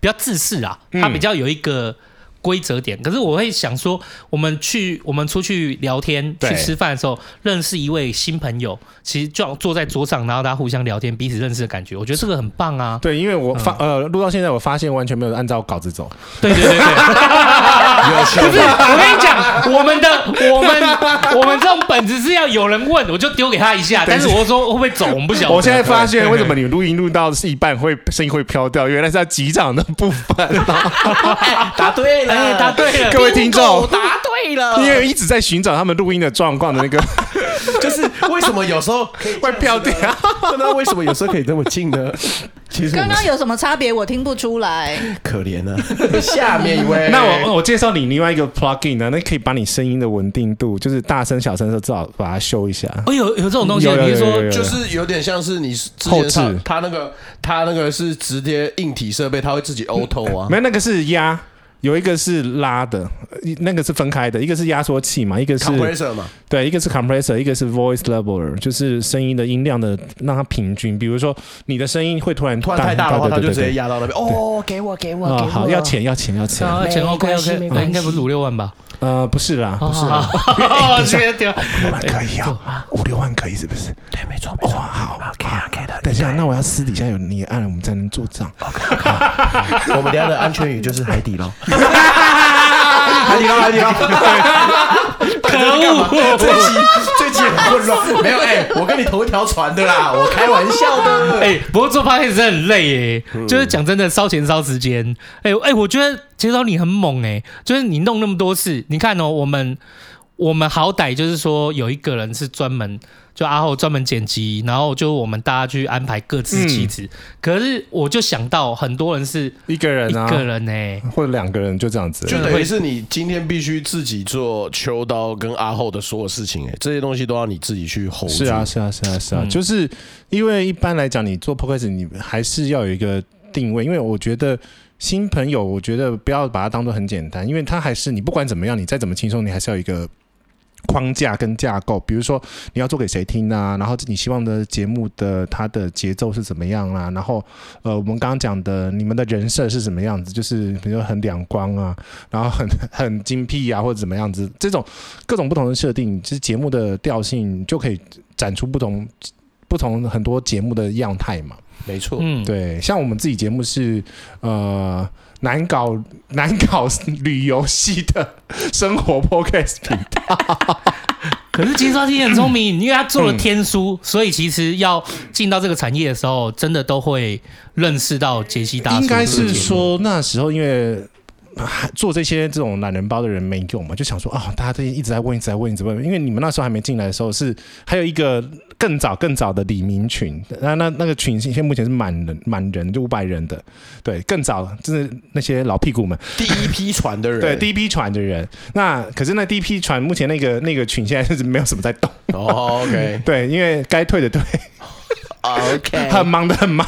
比较自私啊，它比较有一个。规则点，可是我会想说，我们去我们出去聊天、
对
去吃饭的时候，认识一位新朋友，其实就坐在桌上，然后大家互相聊天，彼此认识的感觉，我觉得这个很棒啊。
对，因为我发、呃录到现在，我发现完全没有按照稿子走。
对对对对，不是，我跟你讲，我们的我们我们这种本子是要有人问，我就丢给他一下，但是我说会不会走，我们不晓得。
我现在发 现为什么你录音录到是一半会声音会飘掉，原来是在击掌的部分。啊
答对了，
哎，答对了，
各位听众，
答对了
因为一直在寻找他们录音的状况 的那个
就是为什么有时候 可以
会飘掉。
那为什么有时候可以这么近呢？其实我
刚
们
刚有什么差别？我听不出来。
可怜啊。下面一位，
那我我介绍你另外一个 plugin 呢，那可以把你声音的稳定度，就是大声小声的时候至少把它修一下。
哎有有这种东西，
有有
你是
有有
说
有
就是有点像是你之
后
前
置
上他那个他那个是直接硬体设备，他会自己 auto 啊
没。有那个是压，有一个是拉的，一那个是分开的，一个是压缩器嘛，一个是
compressor 嘛，
对，一个是 compressor，一个是 voice leveler，就是声音的音量的让它平均。比如说你的声音会突然
突然太大的话，他就直接压到那边。哦，
哦，给我给我
啊、
给我，
好，要哎钱要钱要钱。
啊，钱 OK OK，应该不是五六万吧？
呃，不是啦，不是 啦，
哦，这个
五万可以啊，五六万可以是不是？对，没错，哇，好，OK OK 哦的。等一下，那我要私底下有你按，我们才能做账。
我们等一下的安全语就是海底捞，海底捞，海底捞。
可恶！
这集这集很混乱，哦 没有哎、我跟你同一条船的啦，我开玩笑的。
哎、不过做 p o d c a s 真的很累耶、
嗯
就是讲真的，烧钱烧时间。哎、哎、我觉得杰涛你很猛哎、就是你弄那么多事，你看哦，我们我们好歹就是说有一个人是专门就阿后专门剪辑，然后就我们大家去安排各自妻子。
嗯
可是我就想到很多人是
一个人
一
啊，
个人呢、
或者两个人就这样子，
就等
会
于是你今天必须自己做秋刀跟阿后的所有事情、哎，这些东西都要你自己去 hold
是啊，，是啊，是啊，是啊，
嗯
就是因为一般来讲，你做 podcast，你还是要有一个定位，因为我觉得新朋友，我觉得不要把它当做很简单，因为它还是你不管怎么样，你再怎么轻松，你还是要有一个。框架跟架构，比如说你要做给谁听啊，然后你希望的节目的它的节奏是怎么样啊，然后呃，我们刚刚讲的你们的人设是什么样子，就是比如说很两光啊，然后很很精辟啊，或者怎么样子，这种各种不同的设定，就是节目的调性就可以展出不同不同很多节目的样态嘛。
没错。
嗯，
对，像我们自己节目是呃难搞难搞旅游系的 生活 podcast 频道，
可是金沙金很聪明，因为他做了天书，所以其实要进到这个产业的时候，真的都会认识到杰西大叔。
应该是，说那时候因为。啊做这些这种懒人包的人没用嘛，就想说啊、大家都一直在问，一直在问，一直在问。因为你们那时候还没进来的时候是，还有一个更早更早的李明群，那那那个群现在目前是满人满人，就五百人的，对，更早就是那些老屁股们，
第一批传的人，
对第一批船的人，那可是那第一批船目前那个那个群现在是没有什么在 动，
哦，OK，OK，
对，因为该退的退，很忙的很忙，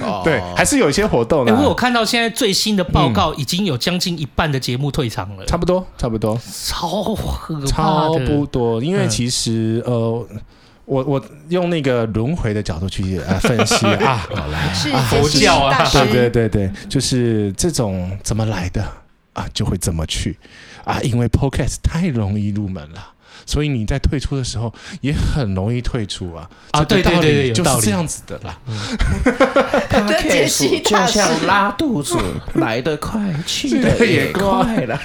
哦
对，还是有一些活动
哎、
的、
我有看到现在最新的报告，已经有将近一半的节目退场了，
嗯差不多，差不多，
超可怕的
差不多，因为
嗯
其实、呃。我我用那个轮回的角度去呃分析 啊，
是
佛
杰西
教啊
大
对对
师，
对对，就是这种怎么来的啊，就会怎么去啊，因为 podcast 太容易入门了。所以你在退出的时候也很容易退出啊！
啊
这
对
个
对
道理
对对有
就
道
是
理
这样子的啦。
跟杰西大师
拉肚子来得快，去
得也快
了。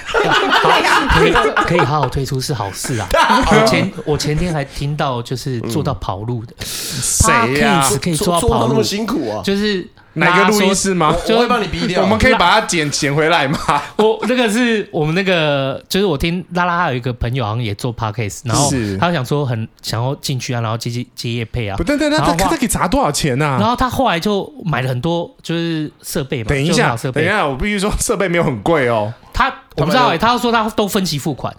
可以可以好好退出是好事 啊！我前我前天还听到就是做到跑路的，
嗯谁呀、
Podcast 可以
做
做到
做
跑
到那
路
么，辛苦啊？
就是
哪个录音
拉说
室吗？
我会帮你逼掉。
我们可以把它剪剪回来吗？
我那个是我们那个，就是我听拉拉有一个朋友好像也做 podcast，然后
是
他想说很想要进去啊，然后接接接业配啊
不，，对对，那
然后
他
话
他可以砸多少钱啊呢、
然后他后来就买了很多就是设备嘛，
等一
就很
下
好，设
等一
备，啊
下，我必须说设备没有很贵哦。
他我不知道哎，他说他都分期付款，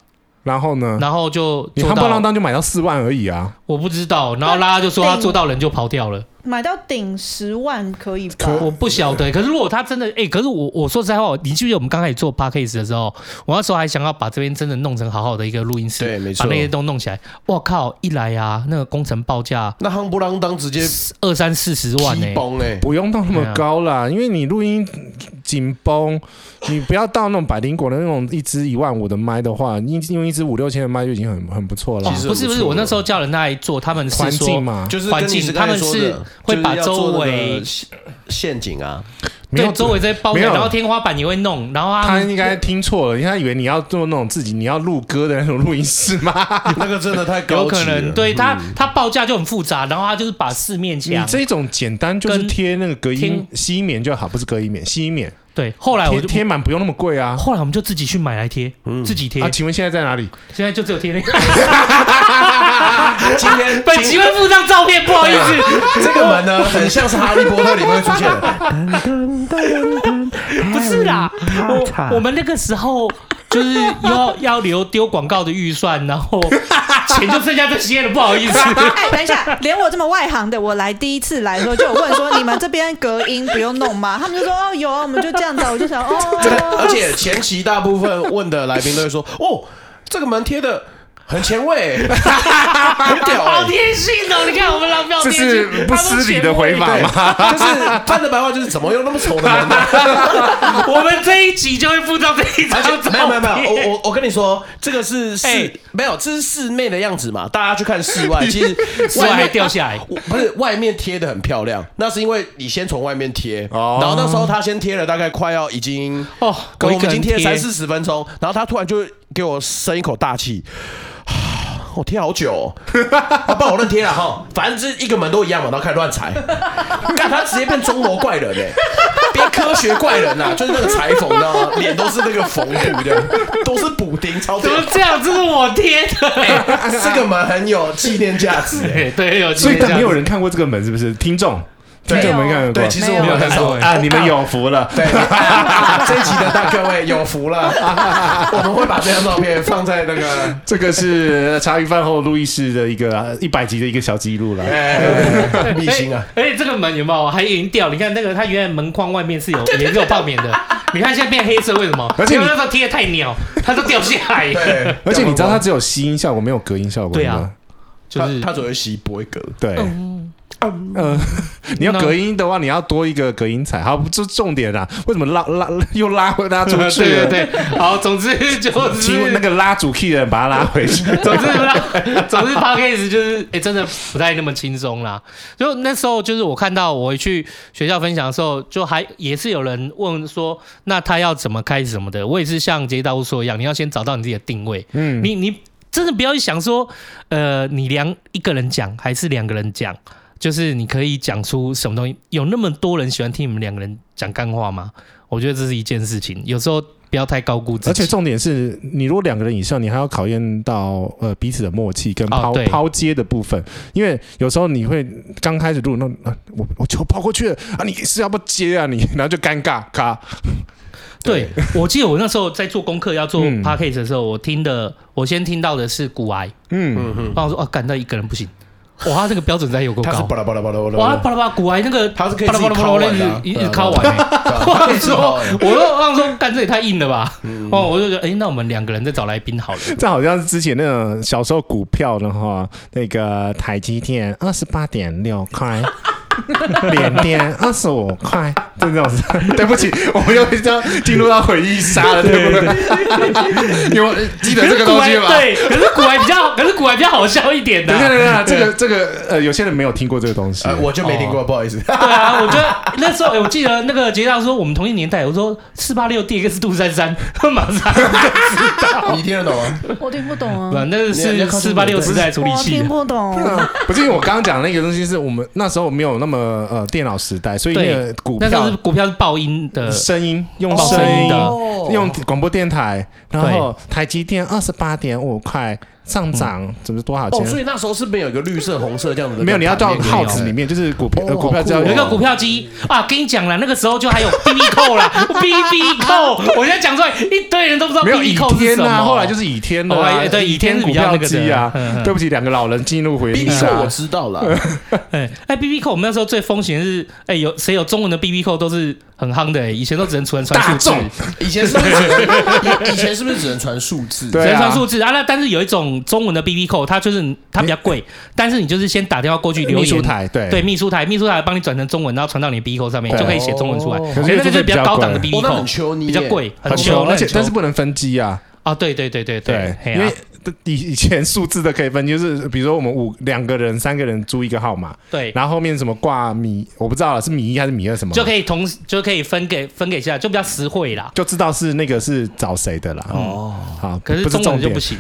然后呢，
然后就
嗯你
做
夯不啷
到，
当就买到四万而已啊，
我不知道，然后拉拉就说他做到人就跑掉了。
买到顶十万可以吧？
啊
我不晓得，可是如果他真的，哎、可是我我说实在话，你记不记得我们刚开始做 podcast 的时候，我那时候还想要把这边真的弄成好好的一个录音室，
对没错
把那些都弄起来。我靠，一来啊，那个工程报价
那夯不啷当直接
二三四十万欸呢、
劈崩哎，
不用到那么高
啊
啦，因为你录音紧绷，你不要到那种百灵果的那种一支一万五的麦的话，你用一支五六千的麦就已经很很不错了
哦
其，实
不是
很不
不是，
错
我那时候叫人家来做，他们
环
是
境
说
嘛，
就是
环
跟你刚
境
才
他们
说
是
的
会把
就是要做那个
周围
陷陷阱啊，
没有
对周围这些包
没
围，
有
然后天花板也会弄，然后他
他
们
应该听错了，因为他以为你要做那种自己你要录歌的那种录音室 吗？
那个真的太高
有
级
可能
了。
对他他报价就很复杂，然后他就是把四面
嗯你
墙
这种简单就是
跟
贴那个隔音
听
吸棉就好，不是隔音棉，吸棉。
对，后来我
贴
就
贴满不用那么贵啊。
后来我们就自己去买来贴，自己贴
啊，，请问现在在哪里？
现在就只有贴那个。
啊今 天啊
本集会附上照片， 不好意思，
这个门 呢，很像是哈利波特里面会出现的。
不是啦，我我们那个时候就是要要留丢广告的预算，然后钱就剩下这些了，不好意思。
哎，等 一下，连我这么外行的，我来第一次来的时候就有问说，你们这边隔音不用弄吗？他们就说哦有啊，我们就这样子啊。我就想
这 个
哦，
而且前期大部分问的来宾都会说：“哦，这个门贴的很前 卫、很屌、
好
欸。
贴心哦！你看我们老表
这
贴
是
心，
不失礼的回
他
法
都
吗？
对”就是看的白话，就是怎么用那么丑的门呢、
嫌我。我们这一集就会附上这一
而
张照
且
片。
没有没有没有，我我我跟你说，这个是室、
哎
没有，这是室内的样子嘛，大家去看室 外，其实
室外还掉下来
我不是外面贴的很漂亮，那是因为你先从外面贴，
哦
然后那时候他先贴了大概快要已经
哦
我们
我一个
已
人
经
贴
贴了三四十分钟，然后他突然就给我生一口大气。 我贴好久、 哦，啊、不然我乱贴了 哈，反正这一个门都一样嘛，然后开始乱踩，干他直接变钟楼怪人哎、边科学怪人呐、就是那个裁缝，你知道吗？脸都是那个缝补的，都是补丁，超屌
怎。么这样？这是我贴的。
哎 这个门很有纪念价值、 哎
对对，有
所以
这
但
样
没有人看过这个门，是不是？听众，听
对
众没看过，
对，其实我
没有
们
看
很
过
少。
啊，你们有福了。
对，这一集的大各位有福 了，我们会把这张照片放在那 个。
这个是呃茶余饭后路易士的一个呃一百集的一个小记录了。
哎，秘辛啊！
而且这个门有没有还银掉？你看那个，它原来门框外面是有也是有泡棉的，你看现在变黑色，为什么？
而且
因
你
为那时候贴的太鸟，它都掉下来。
对，啊
而且你知道它只有吸音效果，没有隔音效果。
对啊
有没有，
就是
他只会吸，不会隔。
对，呃， 你要隔音的话，你要多一个隔音材。好，这重点啊，为什么拉拉又拉回拉出去
对
了？
对对，好，总之就是
请问那个拉主 key 的人把他拉回去。
总之啦，总之 p o d c a s 就是，哎、真的不太那么轻松啦。就那时候，就是我看到我回去学校分享的时候，就还也是有人问说，那他要怎么开始什么的。我也是像杰大叔说一样，你要先找到你自己的定位。嗯，你你真的不要去想说，呃，你两一个人讲还是两个人讲，就是你可以讲出什么东西。有那么多人喜欢听你们两个人讲干话吗？我觉得这是一件事情，有时候不要太高估自
而
己。
且重点是你如果两个人以上，你还要考验到呃彼此的默契跟
哦
抛、
对
抛接的部分，因为有时候你会刚开始录那、啊、我我球抛过去了啊，你是要不要接啊你，然后就尴尬咔，
对，我记得我那时候在做功课要做
嗯
podcast 的时候，我听的，我先听到的是骨癌，
嗯，
嗯哼，
然后我说哦，感到一个人不行，哇，他这个标准在有够
他是
高
巴，拉巴拉巴拉巴
哇，
拉，
巴拉巴拉骨癌那个
他是可以
巴
自
拉
己
巴拉
敲
巴拉
完的
那
啊，
一直敲完欸，我
我
想 说， 我就我想说，干这也太硬了吧，
嗯
哦，我就觉得，哎，那我们两个人再找来宾 好了，
这好像是之前那种小时候股票的话，那个台积电二十八点六块。缅甸二十五 块，
啊
就这种事。 对不起，我们又这样进入到回忆杀了，对不对？你有记得
可
这
是
个
骨
东
癌
西吧？
对，可是骨癌比较，可 是骨癌比较好笑一点的
啊
等一，下，等一下，这个这个哦呃，有些人没有听过这个东西。
呃，我就没听过，不好意思。
对啊，我觉得那时候，哎我记得那个杰大说我们同一年代，我说四八六第一个是杜珊珊， 马上 就知道。
你听得懂吗？
我听不懂
不，
啊。
那个
你
是
要靠
四
近
八
我
六时代处理
哦啊我
器
听。不懂，
不是因为我刚刚讲的那个东西，是我们那时候没有那么呃电脑时代，所以那个股
那时候是呃
票
股票是爆音的，
声音用
哦
声音
哦
用广播电台，然后台积电二十八点五块上涨，
嗯
怎么多少
哦，所以
钱？
那时候是没有一个绿色、红色这样子的。
没有，你要到
盘面
号子里面，就是股票
哦
呃股票
好酷
只要
哦
有一个股票机啊，跟你讲了，那个时候就还有 B B 扣 啦 b B 扣，我现在讲出来，一堆人都不知道
没
B
有
B
倚
扣是
天
什
啊，
么。
后来就是倚天
哦
啊
哎，对倚天是
股
比较
票
那个的
机啊
嗯嗯。
对不起，两个老人进入回
，B
忆
B
杀
扣我。知 道了，
哎哎 B B 扣，我们那时候最风行的是哎有谁有中文的 B B 扣都是很夯的，哎以前都只能传传数
大
字，
众
只
以前是不是以以前是不是只能传数字？
对
能
啊
传数字啊。那但是有一种中文的 B B 扣，它就是它比较贵，但是你就是先打电话过去留
秘书
言，
台对
对，秘书台，秘书台帮你转成中文，然后传到你的 B 扣上面，
对
就可以写中文出来。
哦
可
所
是
以那个就是比较高档的
比
B
哦
B
那
扣
很，求你
比
耶
较贵，
很
穷，
穷，而且但是
不
不能分机啊。
啊，对对对对
对，
嘿
因
啊
为以以前数字的可以分，就是比如说我们五两个人、三个人租一个号码，
对，
然后后面什么挂米，我不知道了是米一还是米二什么，
就可以同时就可以分给分给下，就比较实惠啦。
就知道是那个是找谁的啦。哦，好，
可是
不是
中
重
文就
点
不，行。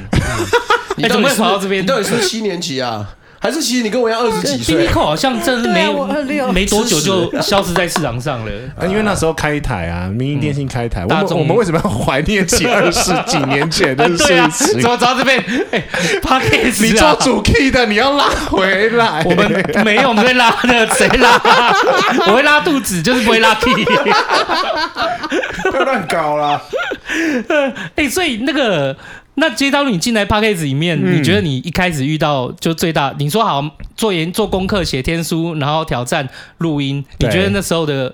你
哎
到
怎么
底
会
是
跑到这边
你到底是不是七年级啊？还是其实你跟我一样二十几
B B
岁？
扣好像真的是
对啊我
没
二六
没多久就消失在市场上了。
啊因为那时候开台啊，民营电信开台，我
嗯大
们
众
我们为什么要怀 念起二十几年前
啊
的，
对啊，
事
怎
情？
么走到这边？哎 p a c k a g
哎你做主 key 的，你要拉回来。
我们没有，我们会拉的，谁拉？ 我会拉肚子，就是不会拉屁。
不要乱搞啦！
哎、所以那个，那接到你进来 p a c k a g e 里面，
嗯
你觉得你一开始遇到就最大，你说好做研做功课、写天书，然后挑战录音，你
对
觉得那时候的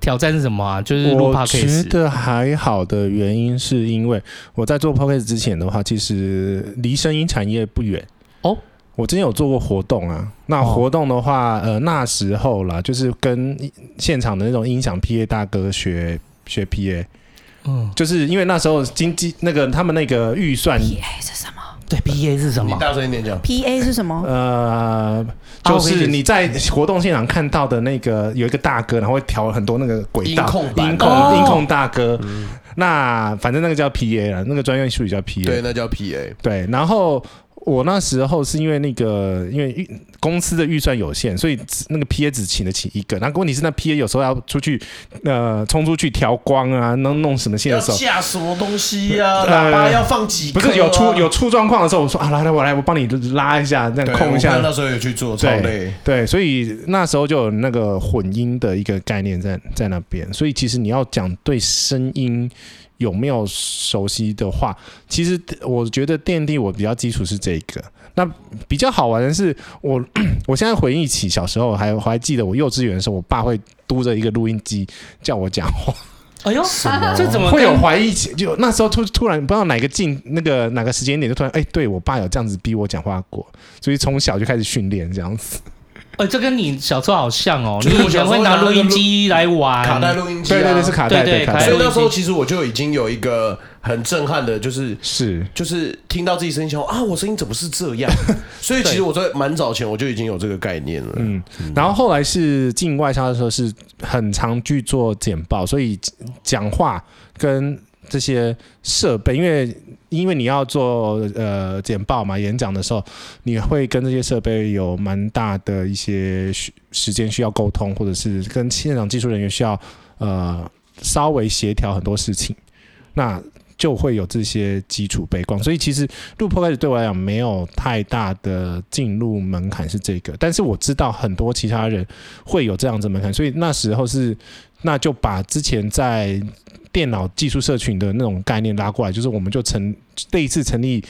挑战是什么啊？就是录 p a
我
c k a
觉
g e
得还好的原因是因为我在做 p o c a s t 之前的话，其实离声音产业不远
哦。
我之前有做过活动啊，那活动的话，
哦
呃，那时候啦，就是跟现场的那种音响 PA 大哥学学 PA，
嗯，
就是因为那时候经济那个他们那个预算，
哎，是什么
对，B A 是什
你
么？
大声一点讲。
？PA 是什么？
啊
呃，就是你在活动现场看到的那个有一个大哥，然后会调很多那个轨道
音控版
音控、
哦嗯
音控大哥。那反正那个叫 PA 了，那个专业术语叫 PA。
对，那叫 P A。
对然后。我那时候是因为那个，因为预公司的预算有限，所以只那个 P A 只请得起一个。那问题是，那 P A 有时候要出去，呃，冲出去调光啊，弄弄什么线
要
的时候，
架什么东西呀？
呃
喇叭要放几
不
颗啊？
是有出有出状况的时候，我说啊，来来，我来，我帮你拉一下，这
对
样控一
我
下
看。那时候有去做，超累
对。对，所以那时候就有那个混音的一个概念在在那边，所以其实你要讲对声音有没有熟悉的话，其实我觉得电地我比较基础是这个。那比较好玩的是，我 我现在回忆起小时候，还我还记得我幼稚园的时候，我爸会嘟着一个录音机叫我讲话，
哎呦，这怎么
会有
跟
怀疑起，就那时候突突然不知道哪个进那个哪个时间点，就突然哎、对我爸有这样子逼我讲话过，所以从小就开始训练这样子。
呃，这跟你小时候好像哦，
就
你
是
以
我小
前
时候
会拿
拿那
录
个
音
录
机来玩，
卡带录音机啊，
对对对，是卡带，
对对
卡
卡带
所以
带
录音
那时候
机
其实我就已经有一个很震撼的，就是
是。
就是听到自己声音想啊，我声音怎么是这样？所以其实我在蛮早前我就已经有这个概念了。
嗯，然后后来是进外销的时候是很常去做简报，所以讲话跟这些设备，因为因为你要做呃简报嘛，演讲的时候，你会跟这些设备有蛮大的一些需时间需要沟通，或者是跟现场技术人员需要呃稍微协调很多事情，那就会有这些基础背光。所以其实录 podcast 对我来讲没有太大的进入门槛是这个，但是我知道很多其他人会有这样子门槛，所以那时候是那就把之前在电脑技术社群的那种概念拉过来，就是我们就成这一次成立。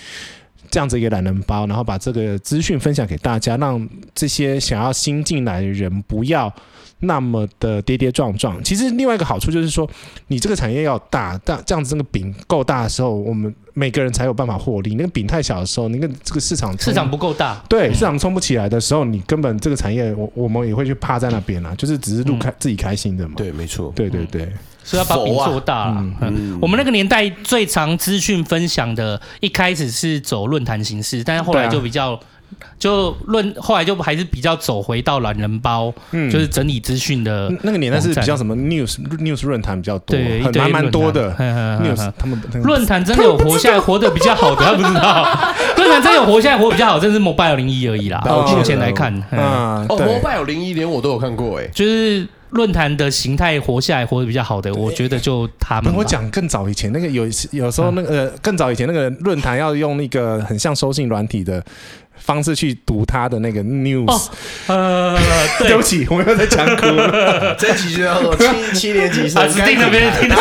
这样子一个懒人包，然后把这个资讯分享给大家，让这些想要新进来的人不要那么的跌跌撞撞。其实另外一个好处就是说，你这个产业要大，大这样子那个饼够大的时候，我们每个人才有办法获利。那个饼太小的时候，那个这个市场
市场不够大，
对市场冲不起来的时候，你根本这个产业，我我们也会去趴在那边啦，啊就是只是录
嗯
开、自己开心的嘛。
对，没错。
对对对，
所以要把饼
否啊
做大了。嗯我们那个年代最常资讯分享的，一开始是走论坛形式，但是后来
对啊
就比较。就论后来就还是比较走回到懒人包，
嗯
就是整理资讯的
嗯那个年代是比较
网站
什么 news news 论坛比较多，
对，一
很
堆
蛮蛮多的
论。坛哎呵
嗯
呵呵
news
呵
他们
论坛真的有活下来，活得比较好的，他不知 道。论坛真的有活下来，活得比较好，真是 Mobile 零一而已啦。
抱歉
目前来看，嗯，
啊，
哦
对，
，Mobile 零一连我都有看过哎。
就是论坛的形态活下来，活得比较好的，我觉得就他们
跟
吧。
我讲更早以前那个有一次有
嗯
时候那个、呃更早以前那个论坛要用那个很像收信软体的方式去读它的那个 news，、
哦呃，
对
对
不，起，我又在讲哭了。
这集就叫做七七年级生
啊，指定那边听到。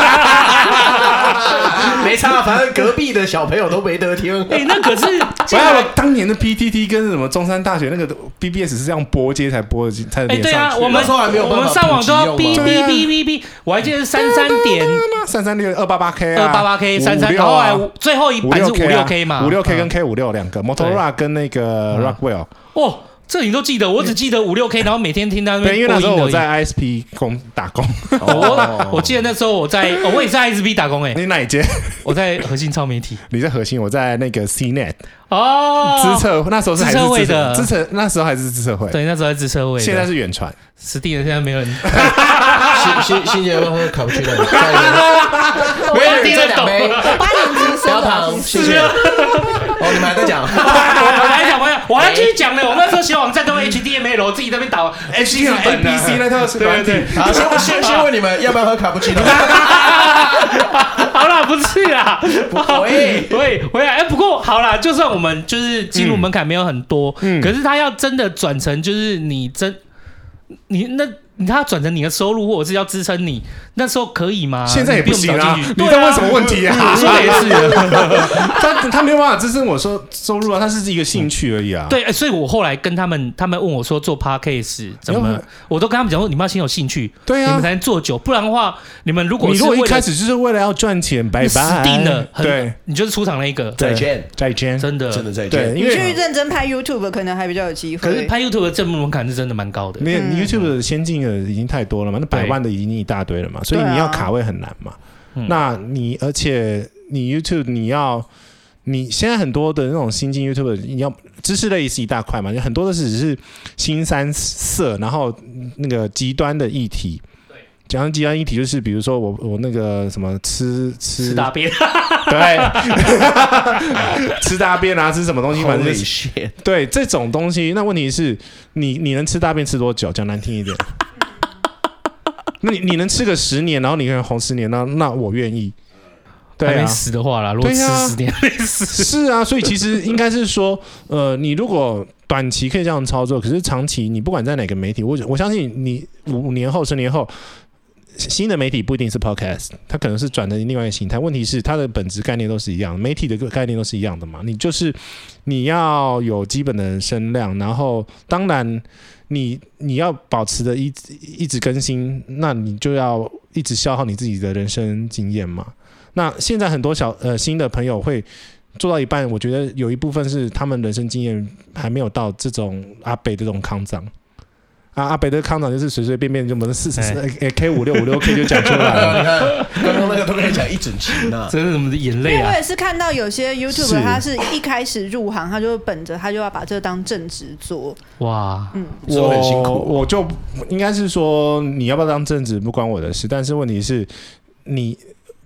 没差，反正隔壁的小朋友都没得听。
哎，那可是
不
进
要，
来
我当年的 PTT 跟什么中山大学那个 BBS 是这样播接才播的，才
哎，
连
对
上
啊，
去。
我们
那时候还没有
我
办法
们上网都要
普及
哔
用
哔
嘛对啊
哔哔哔，我还记得三三点
三三六二八八 K 啊，
二八八 K 三三，
556
然
啊
后来最后一版是五六 K 嘛，
五六 K
嗯
跟 K 五六两个，Motorola 跟那个
嗯
Rockwell。
哦，这你都记得，我只记得五六 K，然后每天听他那边
对，因为那时候
播音而
我
已
在 ISP 工打 工，
哦我我记得那时候我在，哦我也在 ISB 打工诶、
你哪一间？
我在核心超媒体
你在核心，我在那个 CNET
哦，
资策，那时候是还
资
是
策会
资
的
策，资策那时候还是资策会，
对，那时候在自车位，
现在是远传。
实地的，现在没 有人，
新新新杰要喝卡布奇诺，加油
没有人听
再
得
两
懂。
杯
八年 级
不要
生啊
糖，谢谢。哦，你们还在 讲？
我还想朋友，我还继续讲呢。我那时候写网站
哎
都用 HTML，我自己在那边打
H 有 A B C 那套是软体，
好，先先先问你们要不要喝卡布奇诺？
好啦，不是啦，
会
会回来。哎，不过好啦，就算我们就是进入门槛没有很多，
嗯
可是他要真的转成就是你真你那。他转成你的收入，或者是要支撑你，那时候可以吗？
现在也
你比
不
我们早
行啊！
进去
你
对
在
啊
问什么问题啊？
说的也是，
他他没有办法支撑我说收入啊，他是一个兴趣而已啊。
对，哎所以我后来跟他们，他们问我说做 podcast 怎
没
么
有，
我都跟他们讲说，你们要先有兴趣，
对
你
啊
们，才能做久，不然的话，你们如果
你
是
如果一
为了
开始就是为了要赚钱，拜
你
拜，
死定了，很
对，
你就是出场那一个，
对
再见，
再见，
真的
真的再
对，
见。
因
你去
为
认真拍 YouTube 可能还比较有机
可是
会。
拍 YouTube 的正门槛是真的蛮高的，
你
嗯
你 YouTube 的先进的已经太多了嘛，那百万的已经一大堆了嘛，所以
对啊
你要卡位很难嘛。
嗯
那你而且你 YouTube 你要。你现在很多的那种新进 YouTube，你要知识类是一大块嘛，有很多的是只是新三色，然后那个极端的议题，甲氨基胺一体就是，比如说我我那个什么吃吃
吃大便，
对， 吃大便啊，吃什么东西，反正就是
线，
对这种东西。那问题是你你能吃大便吃多久？讲难听 一点，那你你能吃个十年，然后你可能红十年，那那我愿意。对
还没
啊，
死的话啦，如果吃
对啊
十 年还没死，
是啊，所以其实应该是说，呃，你如果短期可以这样操作，可是长期你不管在哪个媒体，我我相信你五年后、十年后，新的媒体不一定是 podcast，它可能是转成另外一个形态。问题是它的本质概念都是一样，媒体的概念都是一样的嘛。你就是你要有基本的声量，然后当然你你要保持的一直一直更新，那你就要一直消耗你自己的人生经验嘛。那现在很多小呃新的朋友会做到一半，我觉得有一部分是他们人生经验还没有到这种阿北这种康长。啊，阿北的康长就是随随便便就我们四十四 K 五六五六 K 就讲出来
对啊
了。
你看刚刚那个都可以讲一整集呢。
真的什么眼
因
泪
为我
啊！
也是看到有些 YouTube，
是
他是一开始入行，他就本着他就要把这当正职做，
哇，
说得很辛苦
我我就应该是说你要不要当正职不关我的事，但是问题是，你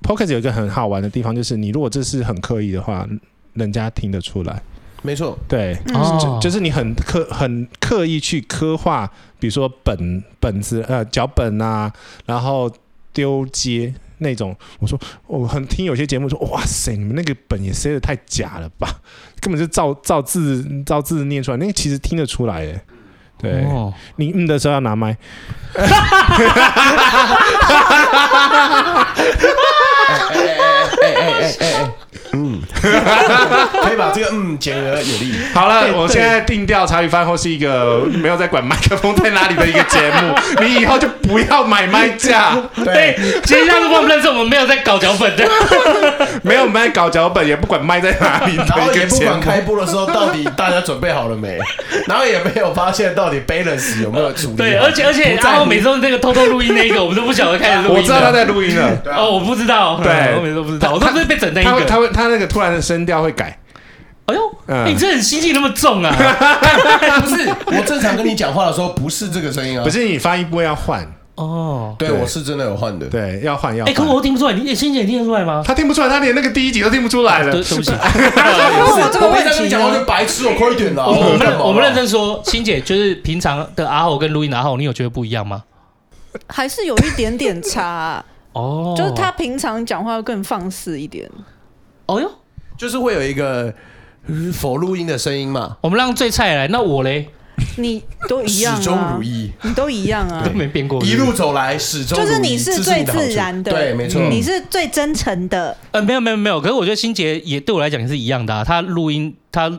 p o c k e t 有一个很好玩的地方，就是你如果这是很刻意的话，人家听得出来。
没错，
对，
哦，
就是你很刻很刻意去刻画，比如说本本子呃脚本啊，然后丢接那种。我说我很听有些节目说，哇塞，你们那个本也塞的太假了吧，根本就照照字照字念出来，那个其实听得出来耶。对，
哦
你嗯的时候要拿麦，
哎哎哎哎哎，嗯，可以把这个嗯简而有力。
好了，我现在定调茶余饭后是一个没有在管麦克风在哪里的一个节 目，你以后就不要买麦架。
对，其实下次我们认识，我们没有在搞脚本的，
没有卖搞脚本，也不管卖在哪里的
然后
一
也
个
不
节
管
目。
开播的时候到底大家准备好了没，然后也没有发现到底 balance 有没有处理好。
对，而且而且，
不在
然
乎
后每次都那个偷偷录音那一个，我们都不晓得开始录音了。
我知道他在录音了，
哦，我不知道，
啊对
嗯我每次都不知道，我都是被整那一
他会
个。
他会他那个突然的声调会改，
哎呦，
嗯
哎你这很心情那么重啊！
不是我正常跟你讲话的时候不是这个声音啊，
不是你发音不会要换，
哦，
对，
对
我是真的有换的。
对，啊要换要
哎，可我
换。
都听不出来，你心姐听得出来吗？
他听不出来，他连那个第一集都听不出来
对，
了。
对不起， 哦
问我这个
我会
问
在跟
题
你讲话就
呢？
白痴，我快一点啦。
我
干嘛
们
啦
我们认真说，欣姐就是平常的阿豪跟录音的阿豪，你有觉得不一样吗？
还是有一点点差 啊，
哦，
就是他，平常讲话更放肆一点。
哦哟，
就是会有一个呃否录音的声音嘛，
我们让最菜来，那我嘞
你都一样
始终
啊
如，一，
你都一样啊
都。没变过，
一路走来始终如一
就是你是
这是
最
你的好处
自然的
对，没错。
你是最真诚的，
呃，没有没有没有，可是我觉得欣姐也对我来讲也是一样的、啊，她录音她。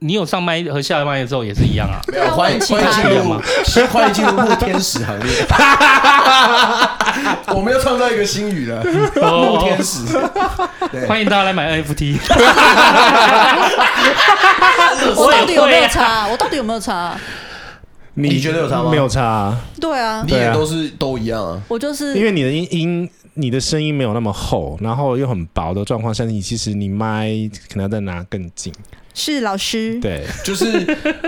你有上麦和下麦的时候也是一样啊，
没有欢迎
其
欢迎
他
进
人
入
嘛
是 欢迎进入慕天使行列， 我们要创造一个新语了，慕天使。对，
哦欢迎大家来买 NFT。
我到底有
我
没
也会
有
啊
差啊？我到底有没有差啊？
你觉得有差吗
没有差啊，
对啊
你，
对
也
啊
都是都一样啊。
我就是
因为你的音音。你的声音没有那么厚，然后又很薄的状况下，你其实你麦可能要再拿更近，
是老师，
对，
就是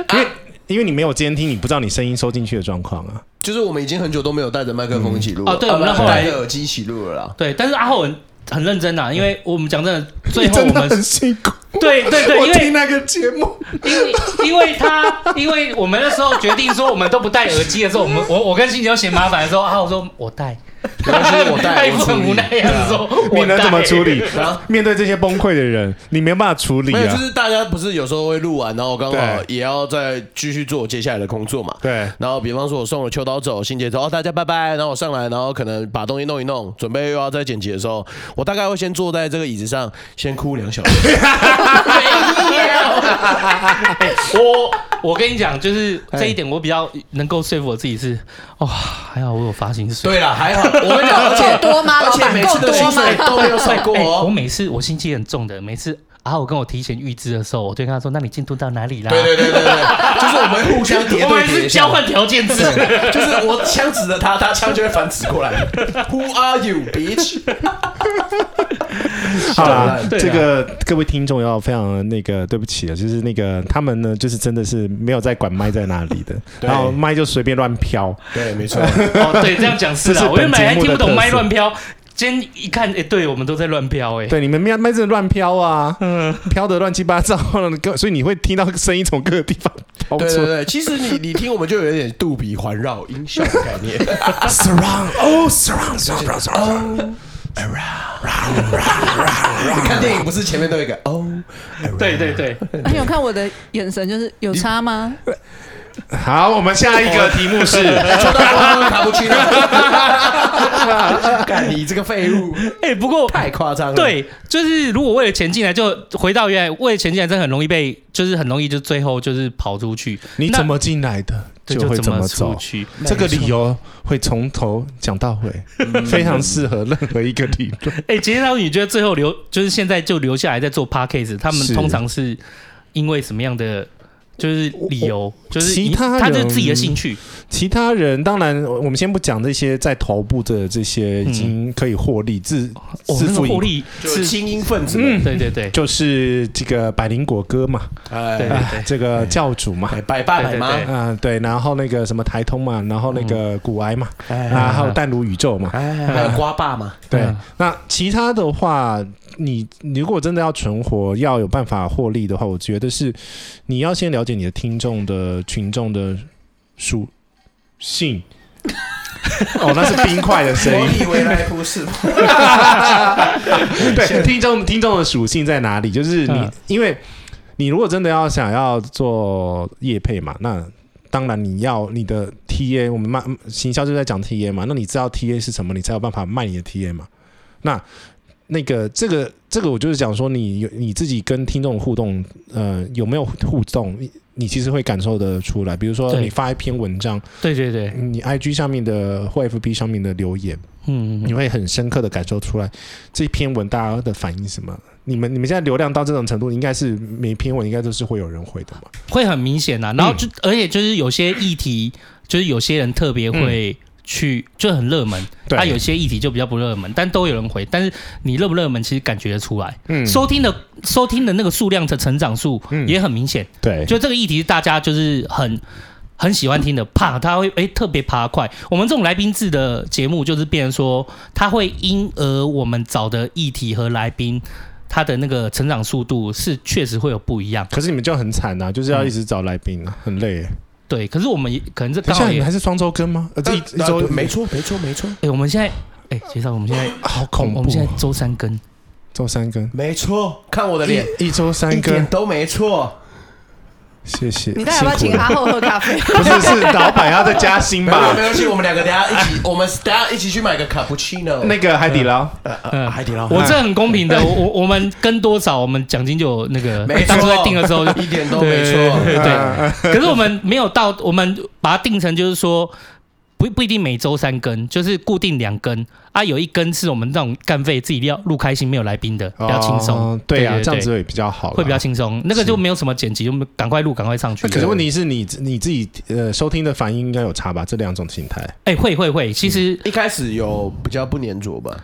啊
因为你没有监听，你不知道你声音收进去的状况啊。
就是我们已经很久都没有带着麦克风一起录了
哦对
啊
我们
不然
后来
戴着耳机一起录了 啦。
对，但是阿浩很很认真啊，因为我们讲真的，最后我
嗯真的
们
很辛苦，
对对 对，
我
因
听
为
那个节目，
因为因为他因为我们那时候决定说我们都不戴耳机的时候，我们我我跟欣姐要嫌麻烦的时候，阿浩说我戴，
没关系我戴
他一
我
副
处
很
理
无奈的啊样子说，
你
我
能怎么
戴
处理？
啊
面对这些崩溃的人，你没有办法处理
没有，就
啊。
是大家不是有时候会录完，然后刚好
对
也要再继续做我接下来的工作嘛。
对
然后比方说我送了秋刀走，新杰说哦大家拜拜，然后我上来，然后可能把东西弄一弄，准备又要再剪辑的时候，我大概会先坐在这个椅子上，先哭两小时。
我 我跟你讲，就是
哎
这一点，我比较能够说服我自己是，哇、还好我有发薪 水。
对啦，还好，我跟你讲，而且
够多吗
而且每次的薪水都没有少
哎
过
我
哦。
每次我心机很重的，每次阿浩跟我提前预知的时候，我就跟他说：“那你进度到哪里啦？”
对对对对对，就是我们会互相叠
哎我
对
们
叠
是
一下
交，换条件制，
对就是我枪指着他，他枪就会反指过来。Who are you, bitch？
好啦
小，
对啊
这个各位听众要非常那个对不起啊，就是那个他们呢，就是真的是没有在管麦在哪 里的，
对
然后麦就随便乱飘。
对，没错，
哦，对，这样讲是
这
啊，
是
我原
本节
本还
目
听不
的特
懂
色
麦乱飘，今天一看，哎，对我们都在乱飘，哎，嗯
对，你们麦麦真的乱飘 啊，飘的乱七八糟， 各所以你会听到声音从各个地方飘
对
出
对对，其实你你听我们就有点杜比环绕音效的概 念。哦
，surround，哦，surround，surround，surround。surround, surround, surround
你 看电影不是前面都有一个哦，
对对对，
而且我看我的眼神就是有差吗？
好，我们下一个题目是，
抽到光卡布奇 诺，干你这个废物，
哎，不过
太夸张了。，
对，就是如果为了钱进来，就回到原来为了钱进来，真的很容易被，就是很容易就最后就是跑出去，
你怎么进来的，
对
就会
怎
怎么
出
走。
去。
这个理由会从头讲到尾，非常适合任何一个理论。
哎，杰天老师，你觉得最后留就是现在就留下来在做 p a c k a g e 他们
是
通常是因为什么样的？就是理由，就是
其
你
他
他就是
人
自己的兴趣，
其他人当然，我我们先不讲这些在头部的这些已经可以获利自
哦，
自
那个
负盈
获利
是
是，
精英分子。
嗯
对对对，
就是这个百灵果哥嘛，
对
哎，
对
哎这个教主嘛。
哎百爸百妈，
对
啊、对，然后那个什么台通嘛，然后那个骨癌嘛，啊，还有淡如宇宙嘛，
哎，还有瓜爸嘛，
对
嗯。
那其他的话，你你如果真的要存活，要有办法获利的话，我觉得是你要先了解你的听众的群众的属性。 哦，那是冰块的声音。
以为来不是，
对，听众听众的属性在哪里？就是你，
嗯
因为你如果真的要想要做业配嘛，那当然你要你的 TA，我们卖行销就在讲 TA 嘛，那你知道 TA 是什么，你才有办法卖你的 TA 嘛。那那个这个这个，我就是讲说你有你自己跟听众互动，呃，有没有互动？你你其实会感受得出来，比如说
对
你发一篇文章，
对对对，
你 IG 上面的或 FB 上面的留言，
嗯，
你会很深刻的感受出来这篇文大家的反应是什么。你们你们现在流量到这种程度，应该是每篇文应该都是会有人回的嘛？
会很明显呐、啊然
嗯
后就、而且就是有些议题，就是有些人特别会去，就很热门。
嗯对，
啊，有些议题就比较不热门，但都有人回。但是你热不热门，其实感觉得出来。
嗯
收听的收听的那个数量的成长数
嗯
也很明显。
对，
就这个议题，大家就是很。很喜欢听的，啪，他会诶特别爬得快。我们这种来宾制的节目，就是变成说，他会因而我们找的议题和来宾，他的那个成长速度是确实会有不一样。
可是你们就很惨呐、啊就是
嗯
要一直找来宾啊，很累耶。
对，可是我们也可能这
等
刚
一下
好
你
也
们还是双周更吗？呃，这一一周
没错没错没错
哎、我们现在，哎、介绍我们现在，
好恐怖哦，
我们现在周三更，
周三更，
没错，看我的脸，
一一周
一
三
点
更，
都没错。
谢谢。
你到底要不要
辛
请
苦了
阿后喝咖啡？
不是是老板要再加薪
没有
吧
没？关系，我们两个等一下一起，我们等一下一起去买个卡布奇诺。
那个海底啊捞，
嗯、
海底捞，
我这很公平 的，我我我们跟多少，我们奖金就有那个，
没错
当初在定的时候 就
一点都
对
没错。
对对。可是我们没有到，我们把它定成就是说。不不一定每周三更，就是固定两更啊，有一更是我们那种干费自己要录开心没有来宾的，比较轻松、
哦对啊，这样子
对
也比较好啦，
会比较轻松。那个
是
就没有什么剪辑，我们赶快录赶快上去。
那可是问题是你你自己呃收听的反应应该有差吧？这两种形态，
哎、会会会，其实
一开始有比较不粘着吧，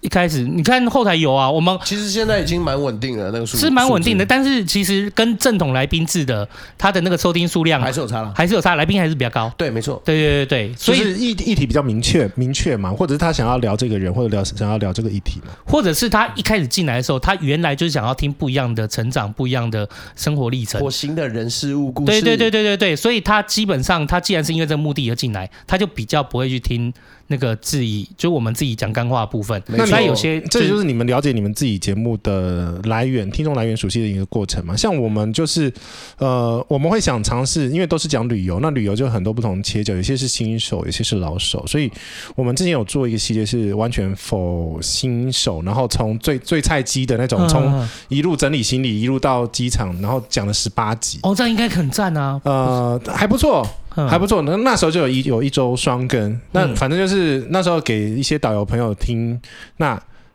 一开始你看后台有啊，我们
其实现在已经蛮稳定了，那个数
是蛮稳定的，，但是其实跟正统来宾制的，他的那个收听数
数
量
字
啊
还是有差了。
还是有差，来宾还是比较高。
对，没错，
对对对对，所
就
以
是议议题比较明确明确嘛，或者是他想要聊这个人，或者聊想要聊这个议题嘛。
或者是他一开始进来的时候，他原来就是想要听不一样的成长、不一样的生活历程
我。新的人事物故事，啊
对对对对对对，所以他基本上他既然是因为这个目的而进来，他就比较不会去听那个质疑，就我们自己讲干话的部分。
没错
所以有些
这就是你们了解你们自己节目的来源、听众来源熟悉的一个过程嘛。像我们就是，呃，我们会想尝试，因为都是讲旅游，那旅游就有很多不同切角，有些是新手，有些是老手，所以我们之前有做一个系列是完全否新手，然后从最最菜鸡的那种，从
嗯
一路整理行李一路到机场，然后讲了十八集。
哦，这样应该很赞啊，
呃，还不错，
嗯
还不错。那那时候就有一有一周双更，那
嗯
反正就是那时候给一些导游朋友听，那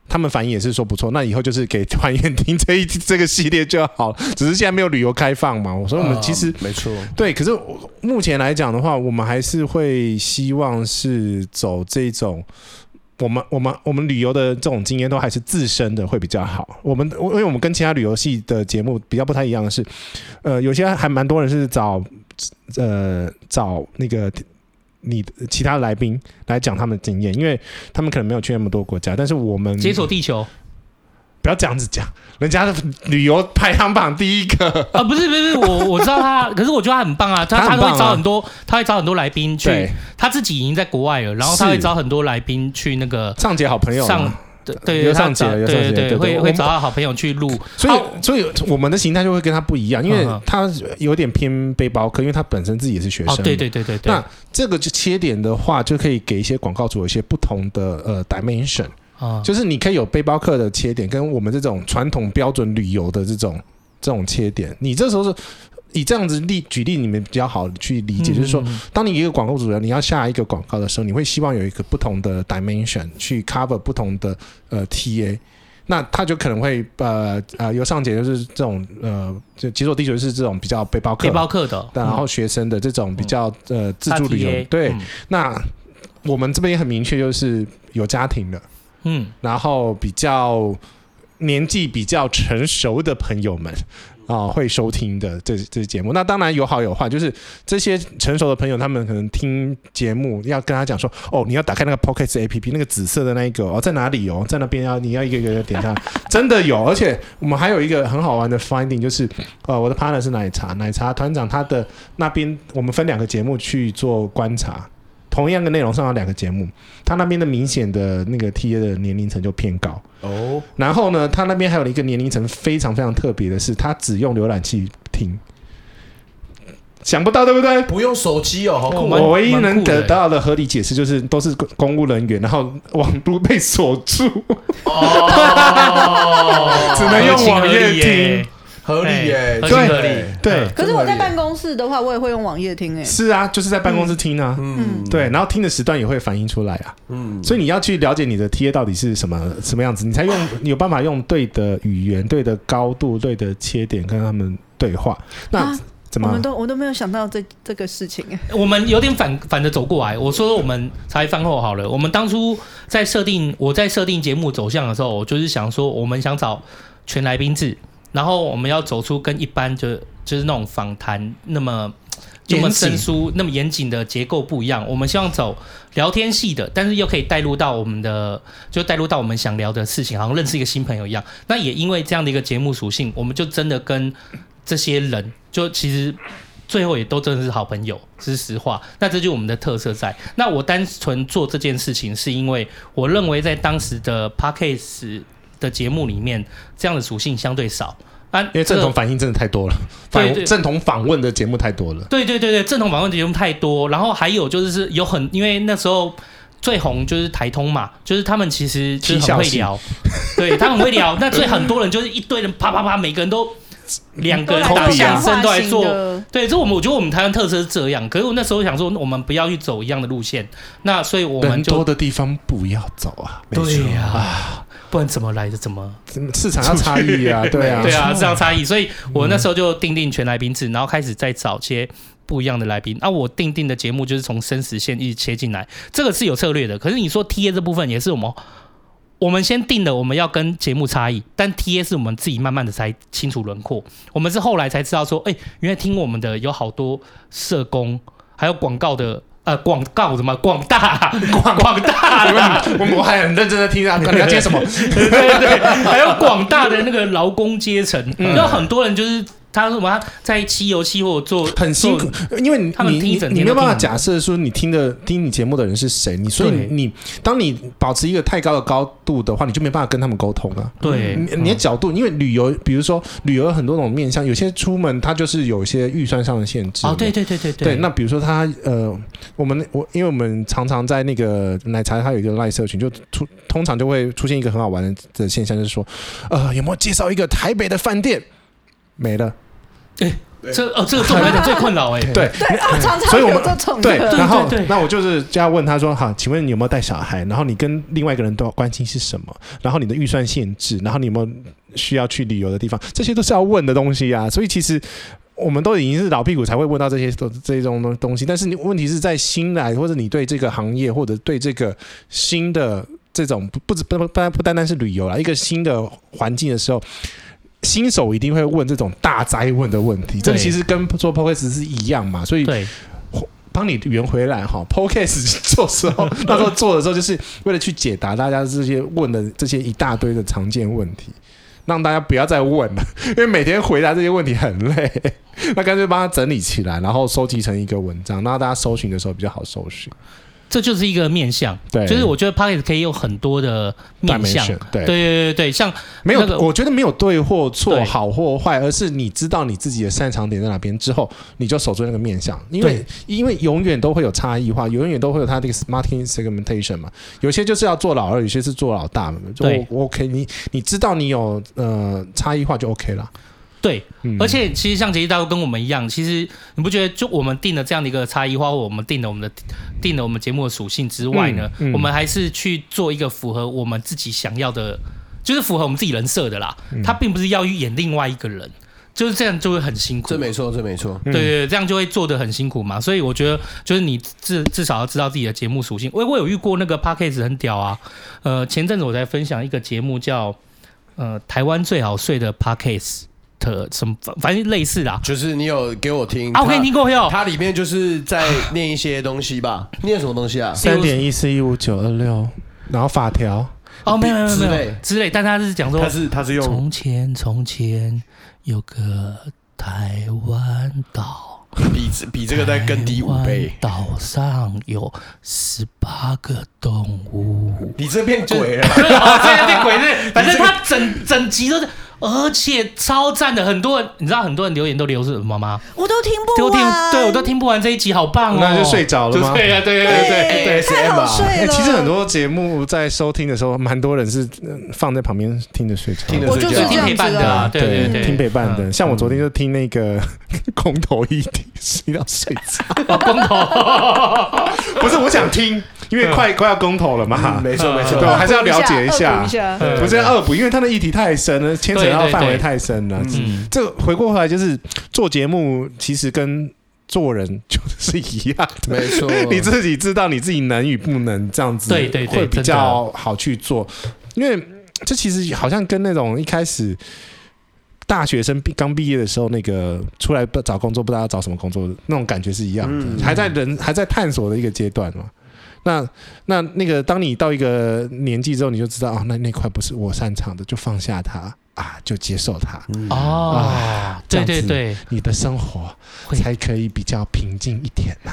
他们反应也是说不错，那以后就是给团员听这一 这个系列就好了，只是现在没有旅游开放嘛，所以我
哦
们其实、
没错，
对，可是我目前来讲的话，我们还是会希望是走这种。我们我们我们旅游的这种经验都还是自身的会比较好。我们我因为我们跟其他旅游系的节目比较不太一样的是，呃，有些还蛮多人是找呃找那个你的其他来宾来讲他们的经验，因为他们可能没有去那么多国家，但是我们
解锁地球
不要这样子讲，人家的旅游排行榜第一个，
啊，不是不是，不是我我知道他，可是我觉得他很 棒啊，他
他很棒啊
会找很多，他会找很多来宾去
对，
他自己已经在国外了，然后他
是
会找很多来宾去那个
上节好朋友嘛
上对对
有
他
上节
找
有
对
上节
对
对
对，
对
会
我
会
们
找他好朋友去录，
所以，所以我们的形态就会跟他不一样，因为
嗯嗯
他有点偏背包客，因为他本身自己也是学生。
哦，对。对对对对，
那这个就切点的话，就可以给一些广告主有一些不同的呃 dimension，
啊，
就是你可以有背包客的切点，跟我们这种传统标准旅游的这种这种切点。你这时候是以这样子例举例，你们比较好去理解，就是说
嗯，嗯嗯
当你一个广告主人，你要下一个广告的时候，你会希望有一个不同的 dimension 去 cover 不同的呃 TA。那他就可能会呃呃，尤尚杰就是这种呃，就解锁地球是这种比较背包客，
背包客的，嗯
然后学生的这种比较、呃自助旅
他
游
TA。
对，
嗯
那我们这边也很明确，就是有家庭的，
嗯，
然后比较年纪比较成熟的朋友们啊、会收听的这这节目。那当然有好有坏，就是这些成熟的朋友，他们可能听节目要跟他讲说，哦，你要打开那个 p o c k e t A P P，那个紫色的那一个哦，在哪里哦，在那边要你要一个一个点下， 真的有。而且我们还有一个很好玩的 finding，就是呃，我的 partner 是奶茶，奶茶团长他的那边，我们分两个节目去做观察。同样的内容上有两个节目，他那边的明显的那个 T A 的年龄层就偏高，
哦，
然后呢，他那边还有一个年龄层非常非常特别的是，他只用浏览器听，想不到对不对？
不用手机哦，好
哦
酷
蛮
哦，
我唯一
蛮
能
酷的
得
欸
到的合理解释就是，都是公公务人员，然后网路被锁住，
哦
只能用网页
哎
听。
合理耶，
对
真的
哎合理
耶
对，
可是我在办
公，
公室的话，我也会用网页听诶、欸
是啊，就是在办公室听啊，
嗯，
对，然后听的时段也会反映出来啊，
嗯，
所以你要去了解你的 T A 到底是什么什么样子，你才用你有办法用对的语言、对的高度、对的切点跟他们对话。那、
啊
怎
我
么
们？都我都没有想到这这个事情、欸，
我们有点反反着走过来。我说我们茶余饭后好了，我们当初在设定我在设定节目走向的时候，我就是想说我们想找全来宾制，然后我们要走出跟一般就就是那种访谈那么。那么
严谨
生疏、那么严谨的结构不一样，我们希望走聊天系的，但是又可以带入到我们的，就带入到我们想聊的事情，好像认识一个新朋友一样。那也因为这样的一个节目属性，我们就真的跟这些人，就其实最后也都真的是好朋友，这是实话。那这就是我们的特色在。那我单纯做这件事情，是因为我认为在当时的 p a c k a s e 的节目里面，这样的属性相对少。啊，
因为
这
正
个
统反应真的太多了，
对
反
对
正统访问的节目太多了。
对对对对，正统访问节目太多，然后还有就是是有很，因为那时候最红就是台通嘛，就是他们其实就是很会聊，对他们很会聊。那最很多人就是一堆人啪啪啪，每个人都两个人
都来
打
比啊
相声都来做
都来讲话型的
对，这我们我觉得我们台湾特色是这样，可是我那时候想说，我们不要去走一样的路线，那所以我们
人多
就
的地方不要走啊！没错
对呀、不然怎么来的怎么
市场要差异啊，对啊，
对啊，这样差异。所以我那时候就定定全来宾制，然后开始再找些不一样的来宾。啊，我定定的节目就是从生死线一直切进来，这个是有策略的。可是你说 T A 这部分也是我们。我们先定的，我们要跟节目差异，但 T A 是我们自己慢慢的才清楚轮廓。我们是后来才知道说，哎、原来听我们的有好多社工，还有广告的，呃，广告什么广大广广大
你们 我们我还很认真的听啊，你要接什么？
对对对，还有广大的那个劳工阶层，有很多人就是他说什么他在漆油漆或者做
很辛苦
做，
因为你
他们
你
听一
你
整
你
天都
没有办法
听不懂
假设说你听的听你节目的人是谁，你所以
对
你当你保持一个太高的高度的话，你就没办法跟他们沟通了。
对嗯
你你的角度，因为旅游，比如说旅游有很多种面向，有些出门它就是有一些预算上的限制嘛
哦，对对对对
对，那比如说他呃，我们我因为我们常常在那个奶茶，它有一个赖社群，就出通常就会出现一个很好玩的现象，就是说，呃，有没有介绍一个台北的饭店没了？
哎这哦，这个对我来讲最困扰哎。
对，
对啊，常
所
常
以我
有
们
这种
对
的，，
然后
对对
那我就是就要问他说：“好，请问你有没有带小孩？然后你跟另外一个人都关心是什么？然后你的预算限制？然后你有没有需要去旅游的地方？这些都是要问的东西啊。所以其实我们都已经是老屁股才会问到这些东这种东东西，但是你问题是在新来或者你对这个行业或者对这个新的这种不不不不不不单单是旅游啦，一个新的环境的时候。”新手一定会问这种大灾问的问题，这
对
其实跟做 podcast 是一样嘛，所以
对，
帮你圆回来哈，Podcast 做时 候，那时候做的时候，就是为了去解答大家这些问的这些一大堆的常见问题，让大家不要再问了， 因为每天回答这些问题很累。 那干脆帮他整理起来，然后收集成一个文章，让大家搜寻的时候比较好搜寻。
这就是一个面向，
对
就是我觉得 p o c k e t 可以有很多的面向
Dimension，，
对对
对
对对，像
没有，
那个
我觉得没有对或错，
对
好或坏，而是你知道你自己的擅长点在哪边之后，你就守住那个面向，因为因为永远都会有差异化，永远都会有它这个 marketing segmentation 嘛，有些就是要做老二，有些是做老大嘛，就
对
我 OK，你你知道你有呃差异化就 OK 了，
对，
嗯，
而且其实像杰西大哥跟我们一样，其实你不觉得就我们定了这样的一个差异化，或我们定了我们的定了我们节目的属性之外呢，
嗯嗯
我们还是去做一个符合我们自己想要的，就是符合我们自己人设的啦。
嗯
他并不是要去演另外一个人，就是这样就会很辛苦。
这没错，这没错。
对对对，这样就会做的很辛苦嘛。所以我觉得，就是你至至少要知道自己的节目属性。我我有遇过那个 p a c k a g e 很屌啊，呃，前阵子我在分享一个节目叫呃台湾最好睡的 p a c k a g e 什么，反反正类似啦。
就是你有给我听
啊，我可以听过
它
哟。
它里面就是在念一些东西吧，
哦
念什么东西啊？
三点一四一五九二六，然后法条，
哦，没有没有没有
之
没
类
有之类，但他是讲说
它是它是用
从前从前有个台湾岛。
比这比这个再更低五倍
台湾，岛上有十八个动 物。
你这变鬼了。
对，哦，这
啊
有点鬼 日。反正他整整集都是，而且超赞的。很多人，你知道很多人留言都留什么吗？
我都听
都
不
听
完，，
对我都听不完这一集，好棒哦！
那就睡着了吗？
对啊，对对对对。
对
对
欸太好
ASMR
睡
哎，
了。
其实很多节目在收听的时候，蛮多人是呃放在旁边听着睡着，
听着
我就是
睡觉
这样
听陪伴
子
的啊
啊。
对对对
听陪伴的。
嗯
像我昨天就听那个 空头一听，听到睡着。
哦公投，
不是我想听，
嗯
因为快快要公投了嘛
嗯，没错没错
对，我还是要了解一
恶补一 下
嗯
不是要恶补，因为它的议题太深了，牵扯到
对对
范围
对
太深了。
嗯，
这个回过头来就是做节目，其实跟做人就是一样的。
没错，
你自己知道你自己能与不能，这样子
哦对对对
会比较好去做。因为这其实好像跟那种一开始大学生毕刚毕业的时候，那个出来不找工作不知道要找什么工作的那种感觉是一样的，
嗯
还在人还在探索的一个阶段嘛。那那那个，当你到一个年纪之后，你就知道哦，那那块不是我擅长的，就放下它啊，就接受它。
嗯哦，
啊
对对对，
你的生活
会
才可以比较平静一点呐、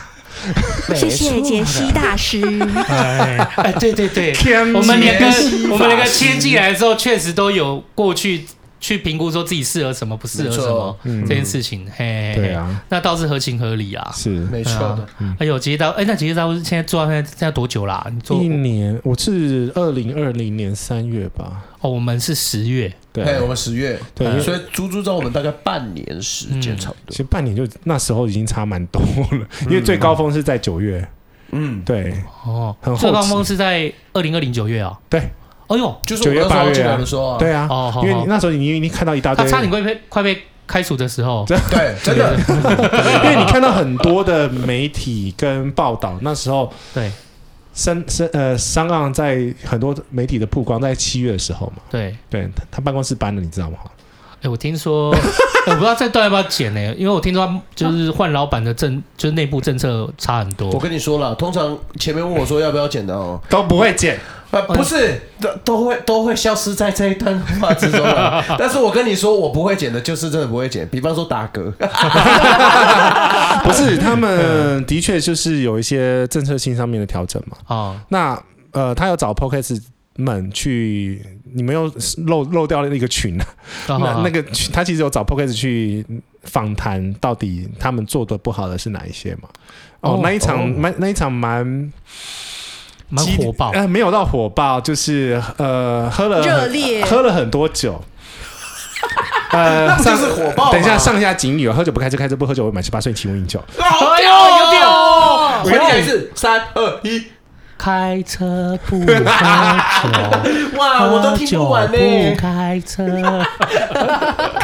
谢谢杰西大师，
哎哎，对对对，
天
我们两个我们两个切进来的时候，确实都有过去去评估说自己适合什么，不适合什么
没错嗯
这件事情。嘿，嘿
对，啊，
嘿那倒是合情合理啊。
是
没
对
错
啊
的。
哎呦，杰大，哎，那杰大现在做到现在现在多久啦、你做
一年，我是二零二零年三月吧，
哦，我们是十月，
对，啊
哎，我们十月，
对因为
所以足足找我们大概半年时间
嗯
差不多。
其实半年就那时候已经差蛮多了，因为最高峰是在九月，
嗯，
对
哦
很，后
最高
期
峰是在二零二零九月啊。
对
哎呦，
就是我们那时候进来的时候啊，
对啊，
哦好
因为
好
你那时候你已经看到一大
他
堆，
差点快被快被开除的时候，
对， 真的，
因为你看到很多的媒体跟报道，那时候
对
深深呃商岸在很多媒体的曝光在七月的时候嘛，
对。
对他他办公室搬了，你知道吗？
哎，我听 说，哎我不知道这段要不要剪呢、因为我听说他就是换老板的政，就是内部政策差很多。
我跟你说了，通常前面问我说要不要剪的哦，
都不会剪，
啊，不是，都都会都会消失在这一段话之中的。 但是我跟你说，我不会剪的，就是真的不会剪。比方说打 嗝，
不是他们的确就是有一些政策性上面的调整嘛。
啊，
那呃，他要找 Podcast 们去，你们又漏漏掉了一个群啊，
刚
那
好
那个群他其实有找 Podcast 去访谈，到底他们做的不好的是哪一些嘛？哦，
哦
那一场
哦
蛮、那一场蛮
蛮
激
火 爆，
呃，没有到火爆，就是呃喝了很
热烈
喝了很多酒。呃，
那不就是火爆吗
等一下上下警语哦，喝酒不开车，开车不喝酒，未满十八岁请勿饮酒。
好
哎呦有点
屌！回来一次，三二一，
开车不喝 酒，
哇，啊我都听不完呢、
喝酒不开车。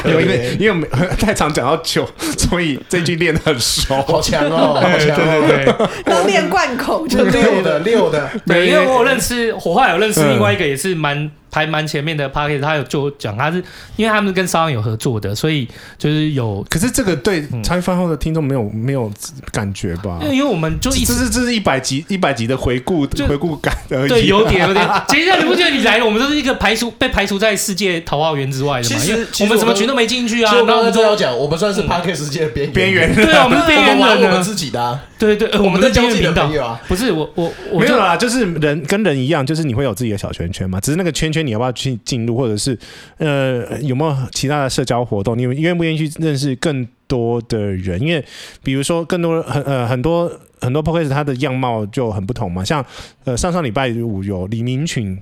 因为因为我们 太常讲到酒，所以这句练得很熟。
好强哦，好强哦！
对对，
都练贯口就对
六的六的，
对，
对
因为我有认识火化，有认识
嗯
另外一个也是蛮排蛮前面的 p a r k e t 他有就讲他是因为他们跟商有合作的，所以就是有，
可是这个对茶余饭后的听众没有没有感觉吧？
嗯
啊
因为我们就
这
一
这
直
是这是一百集一百集的回顾
就
回顾感而已。
对有点有点，其实你不觉得你来了，我们都是一个排除被排除在世界桃花源之外的嘛？
其实
因为
其实
我们什
我
么
们
群都没进去啊，
所以我刚
然后
刚
们
这
就
样讲，我们算是 Parker 世界的边
边缘
对啊，我们是边缘
我们玩
人
我们
啊，
自己的啊，
对对，呃我
我
们
们
在
在交
边缘
自己的
频道
朋友啊，
不是我我我
没有
就
啦，就是人跟人一样，就是你会有自己的小圈圈嘛，只是那个圈圈你要不要去进入，或者是呃有没有其他的社交活动，你愿不愿意去认识更多的人？因为比如说更多很呃很多很多 p o c a s t 它的样貌就很不同嘛，像呃上上礼拜五有李明群。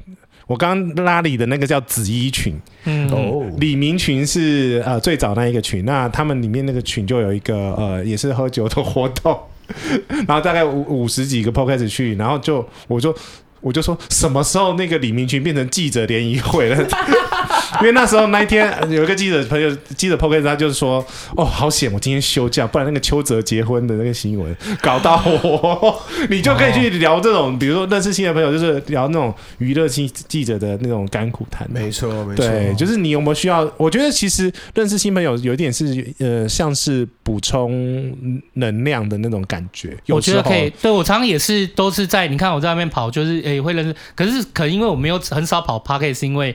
我刚刚拉里的那个叫紫衣群，
哦
嗯，
李明群是呃最早那一个群，那他们里面那个群就有一个呃也是喝酒的活动， 然后大概五五十几个 podcast 去，然后就我就我就说什么时候那个李明群变成记者联谊会了？ 因为那时候那一天呃有一个记者朋友，记者 podcast 他就是说，哦，好险，我今天休假，不然那个邱泽结婚的那个新闻搞到我，你就可以去聊这种，比如说认识新的朋友，就是聊那种娱乐记记者的那种甘苦谈，
没错没错，啊
对，就是你有没有需要？我觉得其实认识新朋友有一点是呃，像是补充能量的那种感觉。有
我觉
时
得
候
可以，对我常常也是都是在你看我在外面跑，就是诶、会认识，可是可能因为我没有很少跑 p a r k 是因为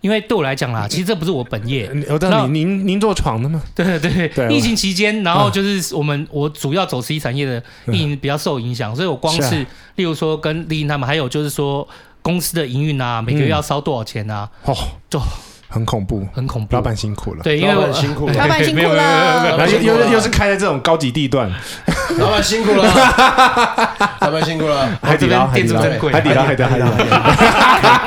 因为对我来讲啦，其实这不是我本业，
呃。我知
那
道您您您做床的吗？
对对
对嗯
疫情期间，然后就是我们、我主要走实体产业的运营比较受影响，所以我光是
是啊
例如说跟丽英他们，还有就是说公司的营运啊，每个
嗯
月要烧多少钱啊，
哦，
就
很恐怖，
很恐怖。
老板辛苦了。
对，因为
老
我
板辛苦了
老板辛苦了。
然后又
辛苦
又
了
又是开在这种高级地段，
啊
哦
老板辛苦了，老板辛苦了。
海底捞、
这边
海底
店
捞、
主真贵
海底捞、海底捞、海底捞。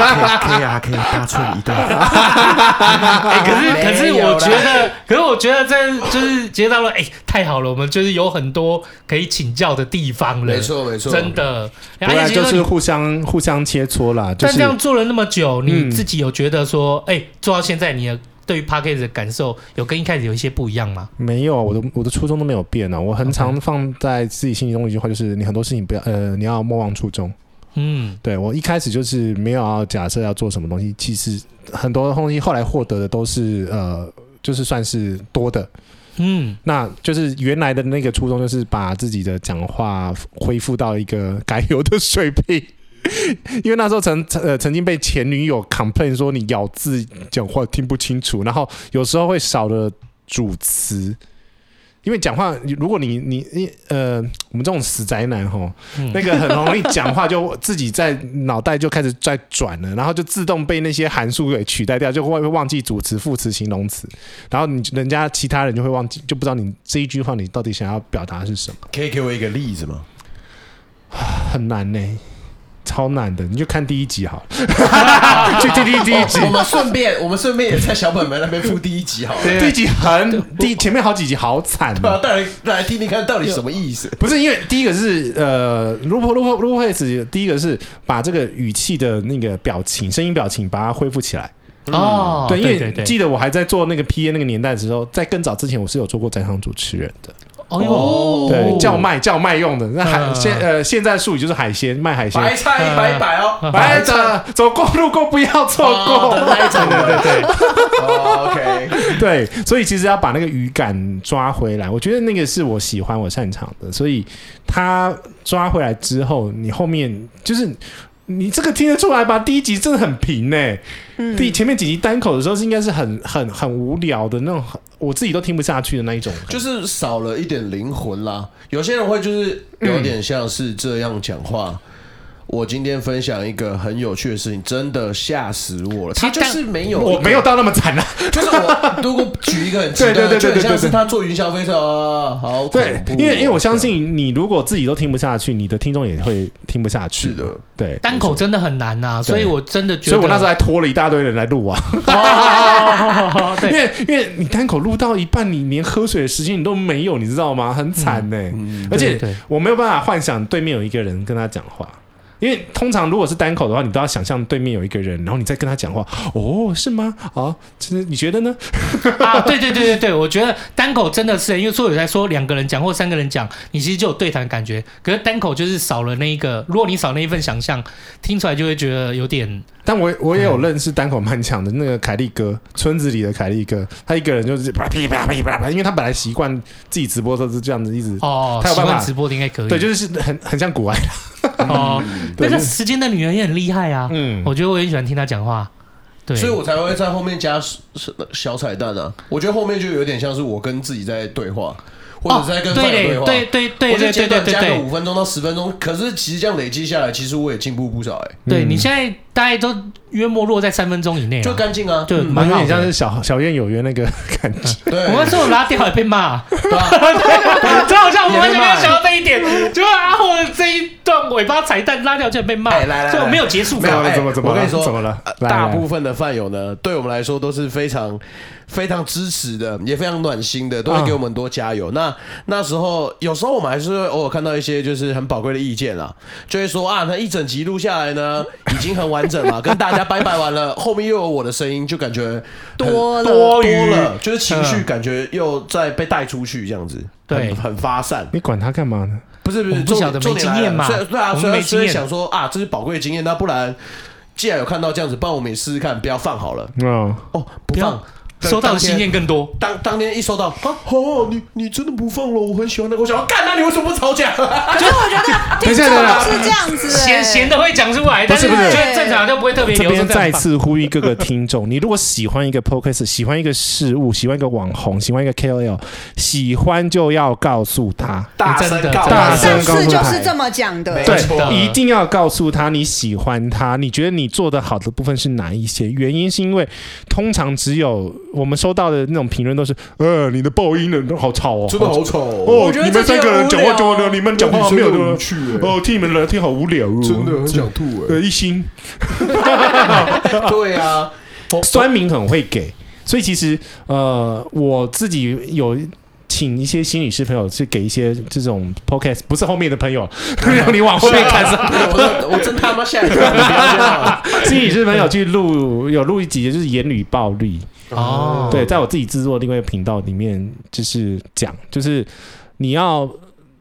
可以啊，可以大寸一 段。
哎、可 是可是
没有啦
我觉得， 可是我觉得这就是接到了，哎、太好了，我们就是有很多可以请教的地方 了，
没错没错
真的。哎
不
而
然
且
就
其实
是
你
互相互相切磋啦，就
但
是
这样做了那么久，你
嗯
自己有觉得说，哎、做到现在，你的对于 p a c k a g e 的感受有跟一开始有一些不一样吗？
没有啊，我的我的初衷都没有变啊。我很常放在自己心里中一句话，就是你很多事情不要呃，你要莫忘初衷。
嗯，
对我一开始就是没有要假设要做什么东西，其实很多东西后来获得的都是呃，就是算是多的。
嗯，
那就是原来的那个初衷，就是把自己的讲话恢复到一个该有的水平。因为那时候曾呃曾经被前女友 complain 说你咬字讲话听不清楚，然后有时候会少了主词。因为讲话，如果你你你呃，我们这种死宅男吼，
嗯
那个很容易讲话就自己在脑袋就开始在转了，然后就自动被那些函数给取代掉，就会忘记主词、副词、形容词，然后你人家其他人就会忘记，就不知道你这一句话你到底想要表达是什么，
可以给我一个例子吗？
很难呢、超难的，你就看第一集好了，去第第第一集，
哎我们顺便，我们顺便也在小本本那边附第一集好了。
第一集很第前面好几集好惨
对
哦、
啊，带来带来听听看到底什么意思。
不是因为第一个是呃，如果如果如果是第一个是把这个语气的那个表情、声音表情把它恢复起来。
哦，
嗯对，因
对
为
对对，
记得我还在做那个 P A 那个年代的时候，在更早之前，我是有做过展场主持人的，
哦
哦
哟，
对，叫卖叫卖用的。那海
嗯
现呃现在术语就是海鲜卖海鲜，
白菜一百百哦，
白的走过路过不要错过，
对对对哦，OK。
对，所以其实要把那个语感抓回来，我觉得那个是我喜欢、我擅长的，所以他抓回来之后，你后面就是。你这个听得出来吧？第一集真的很平呢、第、前面几集单口的时候是应该是很很很无聊的那种，很我自己都听不下去的那一种。
就是少了一点灵魂啦。有些人会就是有点像是这样讲话。我今天分享一个很有趣的事情，真的吓死我了。他
其实
就
但
是没有，
我没有，到那么惨啊。
就是我如果举一个很极端的，
对对对对
就很像
对对
是
对
他坐云霄飞车，啊好恐
对
怖哦，
因为因为我相信你，如果自己都听不下去，你的听众也会听不下去
是的。
对，
单口真的很难呐、所以我真的觉得，
所以我那时候 还拖了一大堆人来录啊，
哦，
因
对，
为因为你单口录到一半，你连喝水的时间你都没有，你知道吗？很惨呢、而且
嗯对对
我没有办法幻想对面有一个人跟他讲话。因为通常如果是单口的话，你都要想象对面有一个人，然后你再跟他讲话。哦，是吗？哦，其实你觉得呢？
啊，对对对对对，我觉得单口真的是，因为说有在说两个人讲或三个人讲，你其实就有对谈感觉，可是单口就是少了那一个，如果你少那一份想象，听出来就会觉得有点
但我我也有认识单口蛮强的那个凯利哥，村子里的凯利哥，他一个人就是啪噼啪噼啪啪，因为他本来习惯自己直播都是这样子一直，
哦，
他有
习
办法
惯直播的应该可以，
对，就是很很像古玩。
哦，那
对
个
就是
时间的女人也很厉害啊，
嗯，
我觉得我也很喜欢听她讲话，对，
所以我才会在后面加小彩蛋啊。我觉得后面就有点像是我跟自己在对话，或者在跟
哦
朋友
对
对话。
对对对
我就
对
简
对
短
对对
加个
对
五，分钟到十分钟，可是其实这样累积下来，其实我也进步不少哎、
嗯
对你现在大概都约莫落在三分钟以内了，
就干净啊，
就
蛮
蛮
嗯 有
好
点像是
的。
小小燕有约那个感 觉。
对，
我那时候拉掉还被骂，
对啊
这好像我完全没有想到这一点，就是阿霍的这一段尾巴彩蛋拉掉就被骂，
哎来来来
所以我没有结束
没
怎
有
么
感。
了？
哎
怎么怎么
我跟
了？
你说呃
怎么了？来
大
来
部分的饭友呢，对我们来说都是非常非常支持的，也非常暖心的，都
嗯
会给我们多加油。那那时候有时候我们还是会偶尔看到一些就是很宝贵的意见啦，就会说啊，那一整集录下来呢，已经很完整了，跟大家拜拜完了，后面又有我的声音，就感觉很
多了
多
多
了
了，
就是情
嗯
绪感觉又在被带出去这样子，
对
很很发散。
你管他干嘛呢？
不是不
我
是，
们不
重点
晓得
重
没
点
经
来
验
了
嘛
所以对啊，
我们
所以
没
所
经
以
验
想说啊，这是宝贵的经验，那不然既然有看到这样子，不然我们也试试看，不要放好了。
嗯，
哦，不
不要
放，
收到的
当天
信念。更多，
当当天一收到，啊，哦，你你真的不放了，我很喜欢那个，我想要干，那你为什么不吵 架？
可是我觉得听众都是这样子、欸，
闲闲的会讲出来，但是
不是不是
就正常就不会特别
这
留着
边
这样
再
放
次呼吁各个听众，你如果喜欢一个 podcast，喜欢一个事物，喜欢一个网红，喜欢一个 KOL，喜欢就要告诉他，
大
真
声
的
告
大
白
声
上
告
次
诉
就
他
是这么讲的
没。
对
错，
的
一定要告诉他你喜欢他，你觉得你做的好的部分是哪一些？原因是因为通常只有我们收到的那种评论都是，呃，你的爆音人都好吵哦，
真的
好吵
好丑哦，
哦，
觉得
你
这
们
就
三个人讲话
无聊啊
讲话你们讲话没有的
趣欸，
哦，听你们聊天好无聊哦，
真的很想吐
呃，一心
哎。 对 啊，
酸民很会给，所以其实呃，我自己有。请一些心理师朋友去给一些这种 podcast，不是后面的朋友，让你往后面看是
我真我真他妈吓一跳，你不要这样 啊
心理师朋友去录，有录一集就是言语暴力，
哦，
对，在我自己制作的另外一个频道里面，就是讲，就是你要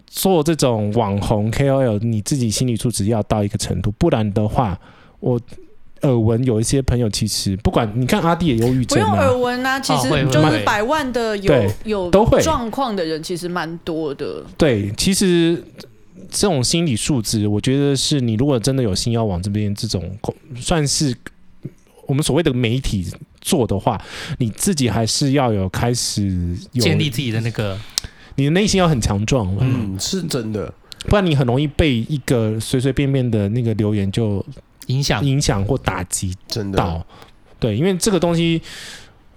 做这种网红 KOL，你自己心理素质要到一个程度，不然的话，我耳闻有一些朋友其实不管你看阿弟也忧郁
不
症
用耳
啊，
闻啊，其实
哦会会
就是
会
百万的有
对
有
都会
状况的人，其实蛮多的。
嗯
对，其实。这种心理素质，我觉得是你如果真的有心要往这边这种算是呃我们所谓的媒体做的话，你自己还是要有开始有
建立自己的那个，
你的内心要很强壮。嗯，
嗯，是真的，
不然你很容易被一个随随便便的那个留言就
影响
影响或打击
真的
到。对，因为这个东西。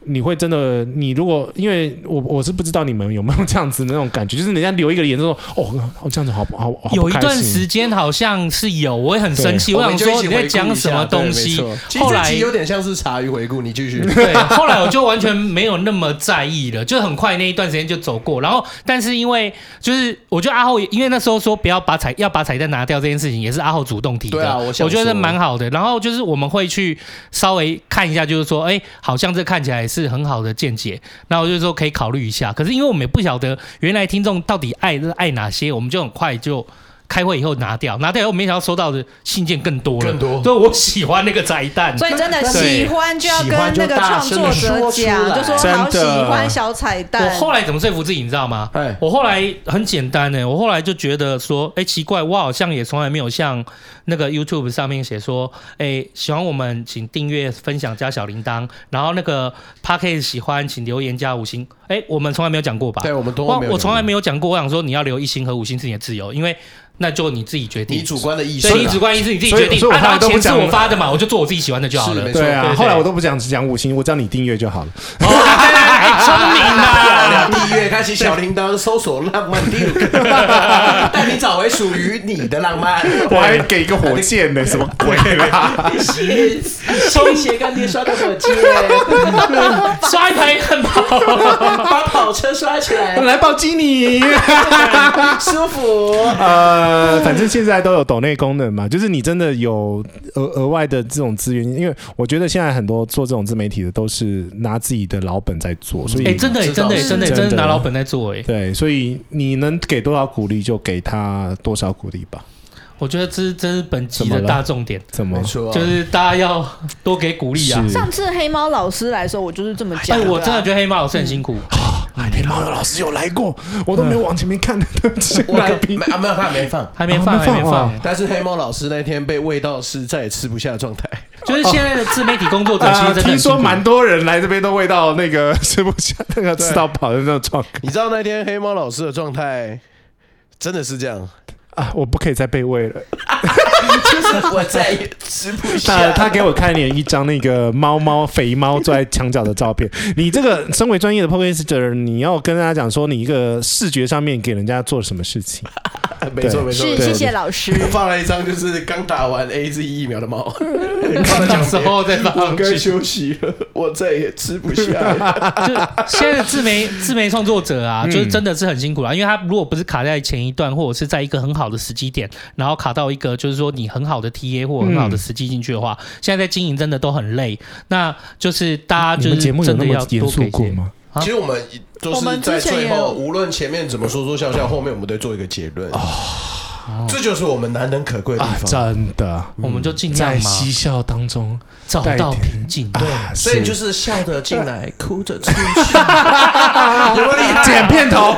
你会真的，你如果因为我我是不知道你们有没有这样子的那种感觉，就是人家留一个言说哦哦这样子好不好好不
有一
开
段
心
时间好像是有，我也很生气，
我
想
们就一
说
起
你
回顾
在
一下
讲什么东西
对没错。其实
后
这
来
集有点像是茶余回顾，你继续。
对，后来我就完全没有那么在意了，就很快那一段时间就走过。然后，但是因为就是我觉得阿浩也，因为那时候说不要把彩要把彩蛋拿掉这件事情，也是阿浩主动提的。
对啊我
我
想
觉
说
得蛮好的。然后就是我们会去稍微看一下，就是说，哎，好像这看起来是很好的见解，那我就说可以考虑一下。可是因为我们也不晓得原来听众到底爱呃爱哪些，我们就很快就。开会以后拿掉，拿掉以后，没想到收到的信件更多了，
更多
所以我喜欢那个彩蛋，
所以真的喜欢就要跟那个创作者讲，就说好喜欢小彩
我
蛋。
后来怎么说服自己，你知道吗
哎？
我后来很简单呢、我后来就觉得说，哎、奇怪，我好像也从来没有像那个 YouTube 上面写说，哎、喜欢我们请订阅、分享加小铃铛，然后那个 p a c k a g e 喜欢请留言加五星，哎、哎、我们从来没有讲过吧？
对我们都
我
没有，
我从来没有讲过，我想说你要留一星和五星是你的自由，因为那就你自己决定。
你主观的意识啊啦，
对，你主观意识你自己
所以
决定。
所以我
啊
后来
然后
都不
钱是
讲
我
了
发的嘛，我就做我自己喜欢的就好了。
是没错
对
对
啊，
对
后来我都不讲，只讲五星，我叫你订阅就好了。
哦，对哎聪明
漂
呐！
啊
亮订阅，开启小铃铛，搜索浪漫第 五个，带你找回属于你的浪 漫。
我还给一个火 箭呢，什么鬼啦？
充血干爹刷个火 箭，
刷一排很跑，
把跑车刷起来，
来抱基 你。
舒服。
呃，反正现在都有抖内功能嘛，就是你真的有额额外的这种资源，因为我觉得现在很多做这种自媒体的都是拿自己的老本在做，所以、
哎、真的、真的、真的、真
真
的
嗯的
拿老本在做哎、
对，所以你能给多少鼓励就给他多少鼓励吧。
我觉得这是这是本集
怎么
的
了
大重点，
怎么
没？错，
就是大家要多给鼓励啊！
是
上次黑猫老师来的时候，我就是这么
哎、
讲啊。
我真的觉得黑猫老师很辛苦，
哎，老老师有来过，我都没有往前面看，对不起，
我
那个
没啊没有他没放。
还没放，
哦没
还
放
没放、
哦
但是黑猫老师那天被喂到是再也吃不下的状态，
就是现在的自媒体工 作者其实
呃
真的
哦听
很辛
说
苦。
蛮多人来这边都味到那个吃不下，那个吃到饱的那种状态
你知道那天黑猫老师的状态真的是这 样，
啊！我不可以再被喂 了。
就是我再也吃不
他
下。
他给我看了一张那个猫猫肥猫坐在墙角的照片。你这个身为专业的 podcaster，你要跟大家讲说你一个视觉上面给人家做什么事情。
没错没错，
是
对
谢谢老师。
放了一张就是刚打完 A Z 疫苗的猫，
到时候再放
我
上去
该。休息了，我再也吃不下了。
就现在的自媒自媒创作者
嗯
啊，就是真的是很辛苦啊啦，因为他如果不是卡在前一段，或者是在一个很好的时机点，然后卡到一个就是说你很好的 TA 或很好的时机进去的
嗯
话，现在在经营真的都很累。那就是大家
你
就
们
是
节目有
真
那
的要
么严
多
肃
给一
过
些。
吗？
啊
其实我们都
我
是
们
在
之前
最
也有
后，无论前面怎么说说笑笑，后面我们都做一个结论。这就是我们难能可贵的地
啊，
方。
真的，
我们就尽量
在
嘛，
嬉笑当中
找
带
到
点
瓶颈。对，
啊，
所以就是是笑着进来，哭着出去，有没有厉害？啊
剪片头，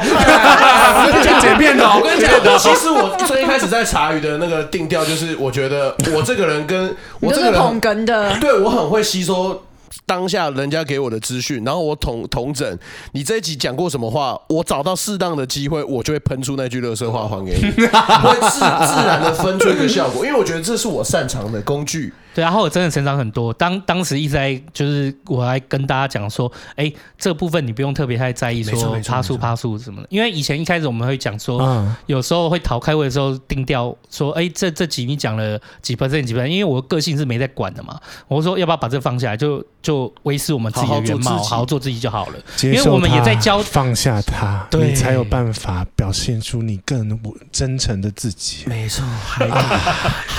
剪片头
我，跟你讲，其实我最一开始在茶余的那个定调就是，我觉得我这个人跟
你
我
都
这个
是
人
捧哏的，
对我很会吸收当下人家给我的资讯，然后我统统整。你这一集讲过什么话，我找到适当的机会，我就会喷出那句热色话还给你，我会自自然的分出一个效果，因为我觉得这是我擅长的工具。
对，啊然后我真的成长很多。当当时一直在就是我还跟大家讲说，哎，这部分你不用特别太在意
没错
说
没错
趴数趴数什么的，因为以前一开始我们会讲说，
嗯，
有时候会讨开会的时候定调说，哎、这这集你讲了几 percent 几 percent，因为我个性是没在管的嘛。我说要不要把这放下来，就就维持我们自己
好
的
好做
原貌，
自己
好好做自己就好了。
接
因为
受
我们也
它
在教
放下它，
对
你才有办法表现出你更真诚的自己。
没错，还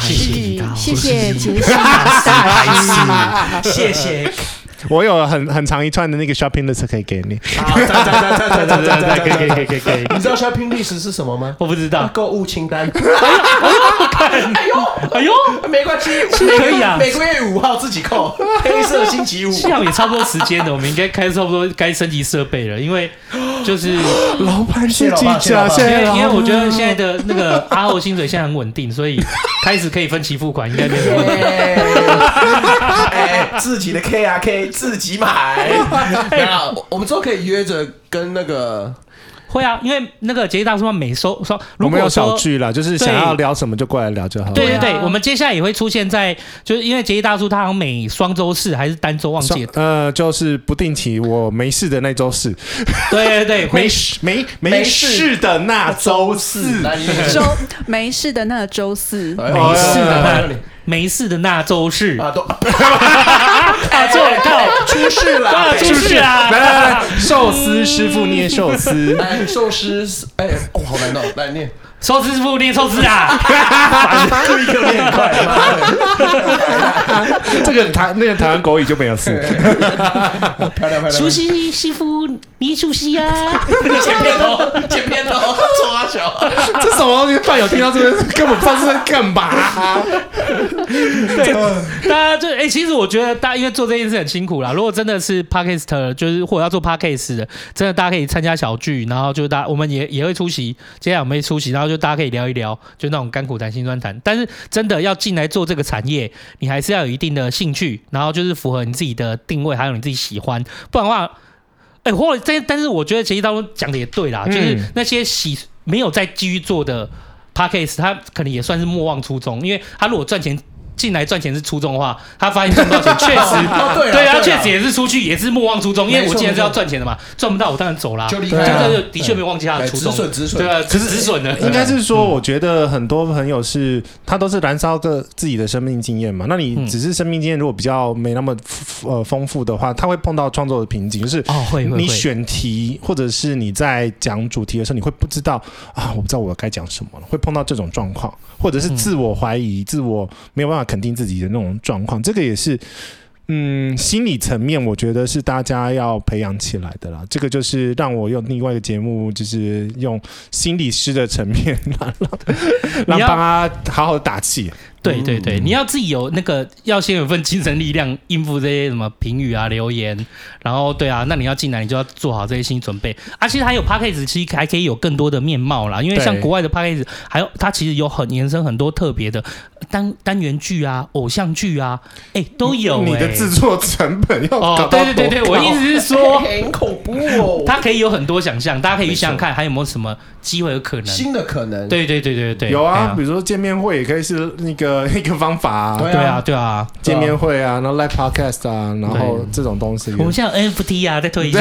谢谢你的，
谢谢杰西。
谢谢。
我有很很长一串的那个 shopping list 可以给你。
对
对对对，可以可以可以可以。
你知道 shopping list 是什么吗？
我不知
啊
道，
购物清单。
哎呦，
没关系，
可以啊
每个月五号自己扣，黑色星期 五。
幸好也差不多时间了，我们应该开差不多该升级设备了，因为 就是。
老板
谢
是
老
记
爸谢老
者，
爸
谢
因为
老
因为我觉得
爸
现在的那个阿豪薪水现在很稳定，所以开始可以分期付款，应该没什么 问题。
哎，哎自己的 K R K 自己买。那哎我我们之后可以约着跟那个
会啊，因为那个杰西大叔他每收说，
我
如
们
果
有
说
小聚啦，就是想要聊什么就过来聊就好了。
对对
啊
对，我们接下来也会出现在，就是因为杰西大叔他好像每双周四还是单周忘记
上
了，
呃，就是不定期我没事的那周四，
对对对，
没
会
事没没事的那周四，
男艺人
周没事的那周四，
哎
没事的
哎
没事的那周四
啊，都哎
啊，做广告
出事了。，
啊，出事啊，
来来来，寿司师傅捏寿司
哎，寿司是，哎，哦，好难哦，来念，
收支付列收支啊，
故意给我念很快，妈
这个台那个台湾国语就没 有事。
的 漂亮漂亮。
熟悉西服你熟悉 啊，
剪片头，剪片头， 冲啊小，
这什么东西？饭友听到这边根本不知道是在干嘛、
大家就哎、其实我觉得大家因为做这件事很辛苦啦，如果真的是 podcast 就是或者要做 podcast 的，真的大家可以参加小聚，然后就大我们也也会出席，接下来我们会出席，然后就大家可以聊一聊，就那种甘苦谈、心酸谈。但是真的要进来做这个产业，你还是要有一定的兴趣，然后就是符合你自己的定位，还有你自己喜欢，不然的话。哎，或者但但是我觉得杰西当中讲的也对啦，就是
嗯
那些喜没有再继续做的 p a c k a s e 他可能也算是莫忘初衷，因为他如果赚钱。进来赚钱是初衷的话，他发现赚不到钱，确
哦对
实，
啊
对
对啊
他确实也是出去也是莫忘初衷，因为
没
我
错
既然是
没错
要赚钱的嘛，赚不到我当然走啦。
就离
这
开
啊
了
样就的确没忘记他的
哎
初
止
衷，
损止损
对。啊，只是止损的，
应该是说，我觉得很多朋友是他都是燃烧个自己的生命经验嘛。那你
嗯
只是生命经验如果比较没那么呃丰富的话，他会碰到创作的瓶颈，就是
哦，会会
你
会，
选题或者是你在讲主题的时候，你会不知道啊，我不知道我该讲什么了，会碰到这种状况，或者是
嗯
自我怀疑、自我没有办法肯定自己的那种状况，这个也是。嗯，心理层面我觉得是大家要培养起来的啦。这个就是让我用另外一个节目，就是用心理师的层面让让
你
让
要
帮他好好地打气。
对对对，
嗯
你要自己有那个，要先有一份精神力量应付这些什么评语啊、留言，然后对啊，那你要进来，你就要做好这些心理准备。啊，其实还有 p a c k a g e 其实还可以有更多的面貌啦，因为
对
像国外的 p a c k a g e 还有它其实有很延伸很多特别的单单元剧啊、偶像剧啊，哎、都有、
你的
哎
制作成本要搞
哦
到，多
对对对对，我的意
高
思是说，
很恐怖哦
它可以有很多想象，大家可以去想想看，还有没有什么机会有可能？
新的可能，
对对对对对，
有
哎
啊，
呀
比如说见面会也可以是那个 一个方法啊。
对
对啊对啊，
见面会啊，然后 live podcast 啊，然后这种东西。
我们现在有 NFT 啊，再推一下。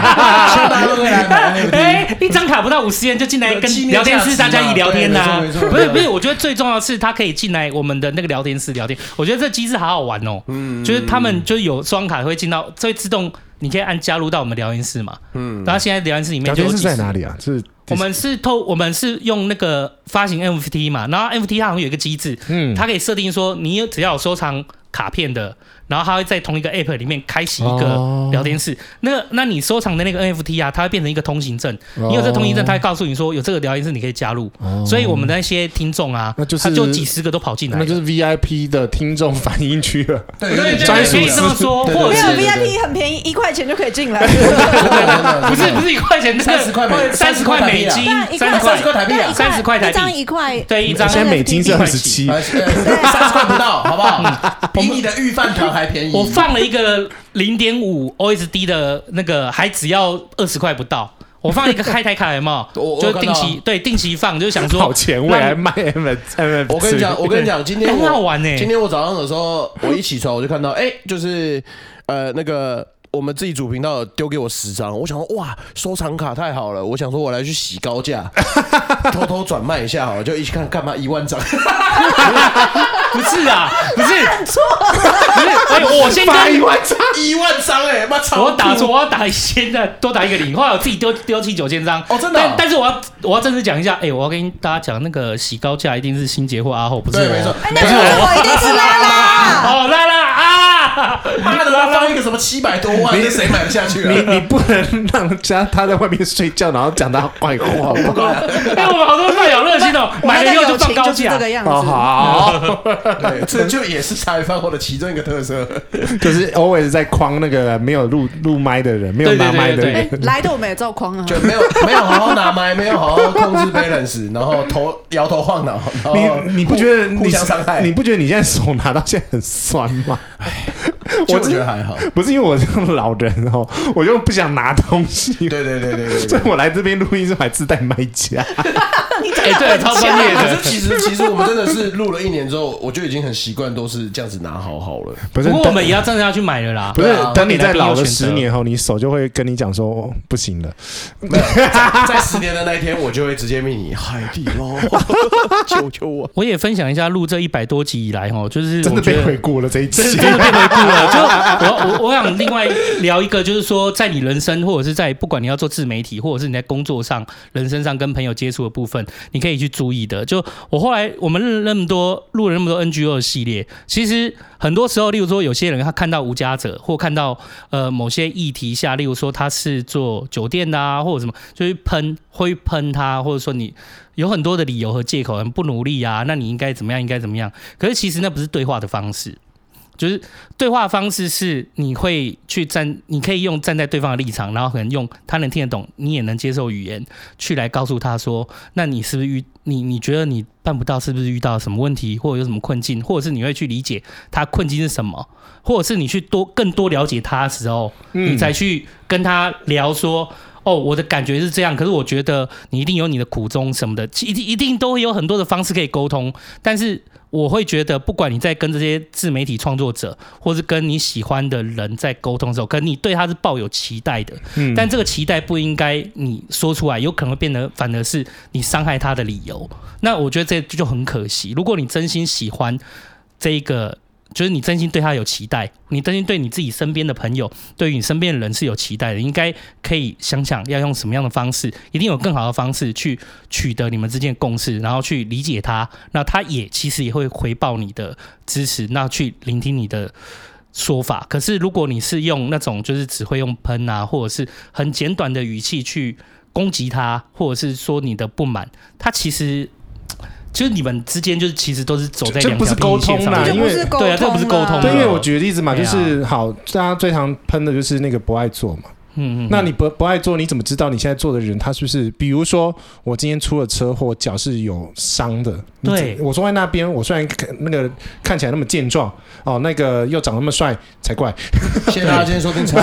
像大家都会来买 NFT
哎，一张卡不到五十元就进来
有纪
跟
念
聊天室
价
大
值
家一起聊天呐、
嘛对没错没错
不是不是，我觉得最重要的是他可以进来我们的那个聊天室聊天，我觉得这机制好好玩哦。
嗯
就是他们就有双卡会进到，这会自动你可以按加入到我们聊天室嘛。
嗯
然后现在聊天室里面
聊
就有
天是
几十
在哪里啊？是
我们是透，我们是用那个发行 NFT 嘛，然后 NFT 它好像有一个机制，
嗯
它可以设定说，你有只要有收藏卡片的，然后它会在同一个 App 里面开启一
哦
个聊天室。那个，那你收藏的那个 NFT 啊，它会变成一个通行证。
哦
你有这通行证，它会告诉你说有这个聊天室你可以加入。所以我们的那些听众啊，
那就是
他就几十个都跑进来
那
了。
就是 VIP 的听众反应区啊了。
对
对对
专
对，
属
可以这么说，
对对
或
没
者
有
是
对对
VIP 很便宜，一块钱就可以进 来。
不是不是一块钱，那个
30块美
三十块美金
但，一块
三十
30块台币啊
但一
30块台币
一张一块，
对一张。
现在美金是
一块
二
起
十七，
三十块不到，好不好？比你的预饭团还便宜。
嗯我放了一个零点五 OSD 的那个，还只要二十块不到。我放一 个开台卡有没有？
我我
就
看
定
到
期对定期放，就是想说
好前卫，还
让
卖 M M。
我跟你讲，我跟你，讲，今天
很
我
好玩呢。
今天我早上的时候，我一起床我就看到，哎、就是呃那个。我们自己主频道有丢给我十张，我想说哇，收藏卡太好了，我想说我来去洗高 价，偷偷转卖一下好了，就一起看干嘛一万 张，
哎不是啊，不是错，不是，哎，我先
发一
跟
万张，
一万张哎、妈 超
我打错，
错，
我要打一千的，多打一个零，后来我自己丢丢七九千张。
哦真的哦
但但是我要我要正式讲一下，哎，我要跟大家讲，那个洗高价一定是新杰或阿后，不是
对，没错
我。，
哎，那不是我，一定是拉 拉。
哦，啦啦 啊！
妈的，他放一个什么七百多万，这谁买不下去
你
啊？
你不能让人家他在外面睡觉，然后讲他坏话，好不 好？
因哎为我们好多饭有热心哦，买了以后就放高
我们的友情就是
价
这。个样
哦好
子。
好，
对，这就也是茶余饭后的其中一个特 色。
就是 always 在框那个没有录录麦的人，没有拿麦的
对对对对
人
对。
哎，来的我们也照框啊。
就没有没有好好拿麦，没有好好控制 balance，然后头摇头晃脑，然后
你你不觉得
互
你
互相伤害？
你不觉得你现在手拿到现在很酸吗？
其实我
真
觉得还好。
不是因为我这种老人哦，我就不想拿东西。
对对对对对
所
对
以。我来这边录音是买自带麦架，
哎，对，超专业
啊可
的
是。其实其实我们真的是录了一年之后，我就已经很习惯都是这样子拿好好了。
不是
不过我
等
们也要真的要去买了啦
不。是
对啊
等你
给来
在
宾
老
有
了
选
十
择
年后，你手就会跟你讲说、哦不行了。
没有在在十年的那一天，我就会直接命你海底 捞，救救我！
我也分享一下录这一百多集以来哈，就是
真
我
的
觉
被
得
回顾了这一
真
期
的，真的被回顾了。就我我我想另外聊一个，就是说在你人生或者是在不管你要做自媒体，或者是你在工作上、人生上跟朋友接触的部分，你可以去注意的。就我后来我们认那么多录了嗯那么多 NGO 的系列，其实很多时候，例如说有些人他看到无家者，或看到呃某些议题下，例如说他是做酒店的啊，或者什么，就是喷会喷他，或者说你。有很多的理由和借口，很不努力啊，那你应该怎么样？应该怎么样？可是其实那不是对话的方式，就是对话方式是你会去站，你可以用站在对方的立场，然后可能用他能听得懂，你也能接受语言，去来告诉他说，那你是不是遇你你觉得你办不到，是不是遇到什么问题，或者有什么困境，或者是你会去理解他困境是什么，或者是你去多更多了解他的时候，你再去跟他聊说。哦，我的感觉是这样，可是我觉得你一定有你的苦衷什么的，一定一定都会有很多的方式可以沟通。但是我会觉得，不管你在跟这些自媒体创作者，或是跟你喜欢的人在沟通的时候，可能你对他是抱有期待的，
嗯
但这个期待不应该你说出来，有可能会变得反而是你伤害他的理由。那我觉得这就很可惜。如果你真心喜欢这一个，就是你真心对他有期待，你真心对你自己身边的朋友，对于你身边的人是有期待的，应该可以想想要用什么样的方式，一定有更好的方式去取得你们之间的共识，然后去理解他，那他也其实也会回报你的支持，那去聆听你的说法。可是如果你是用那种就是只会用喷啊，或者是很简短的语气去攻击他，或者是说你的不满，他其实。就是你们之间，就是其实都是走在
这
两
不是
条
沟
平行线
通
上
啦
面
这
因
不
为
是沟
对啊
通，
这不是沟通
对，因为
嗯
我举个例子嘛，
对
就
啊
是好，大家最常喷的就是那个不爱做嘛。
嗯嗯，
那你不不爱做，你怎么知道你现在做的人他是不是？比如说，我今天出了车祸，脚是有伤的。你
对
怎我坐在那边，我虽然看那个看起来那么健壮，哦，那个又长那么帅，才怪。
谢谢大家今天收听茶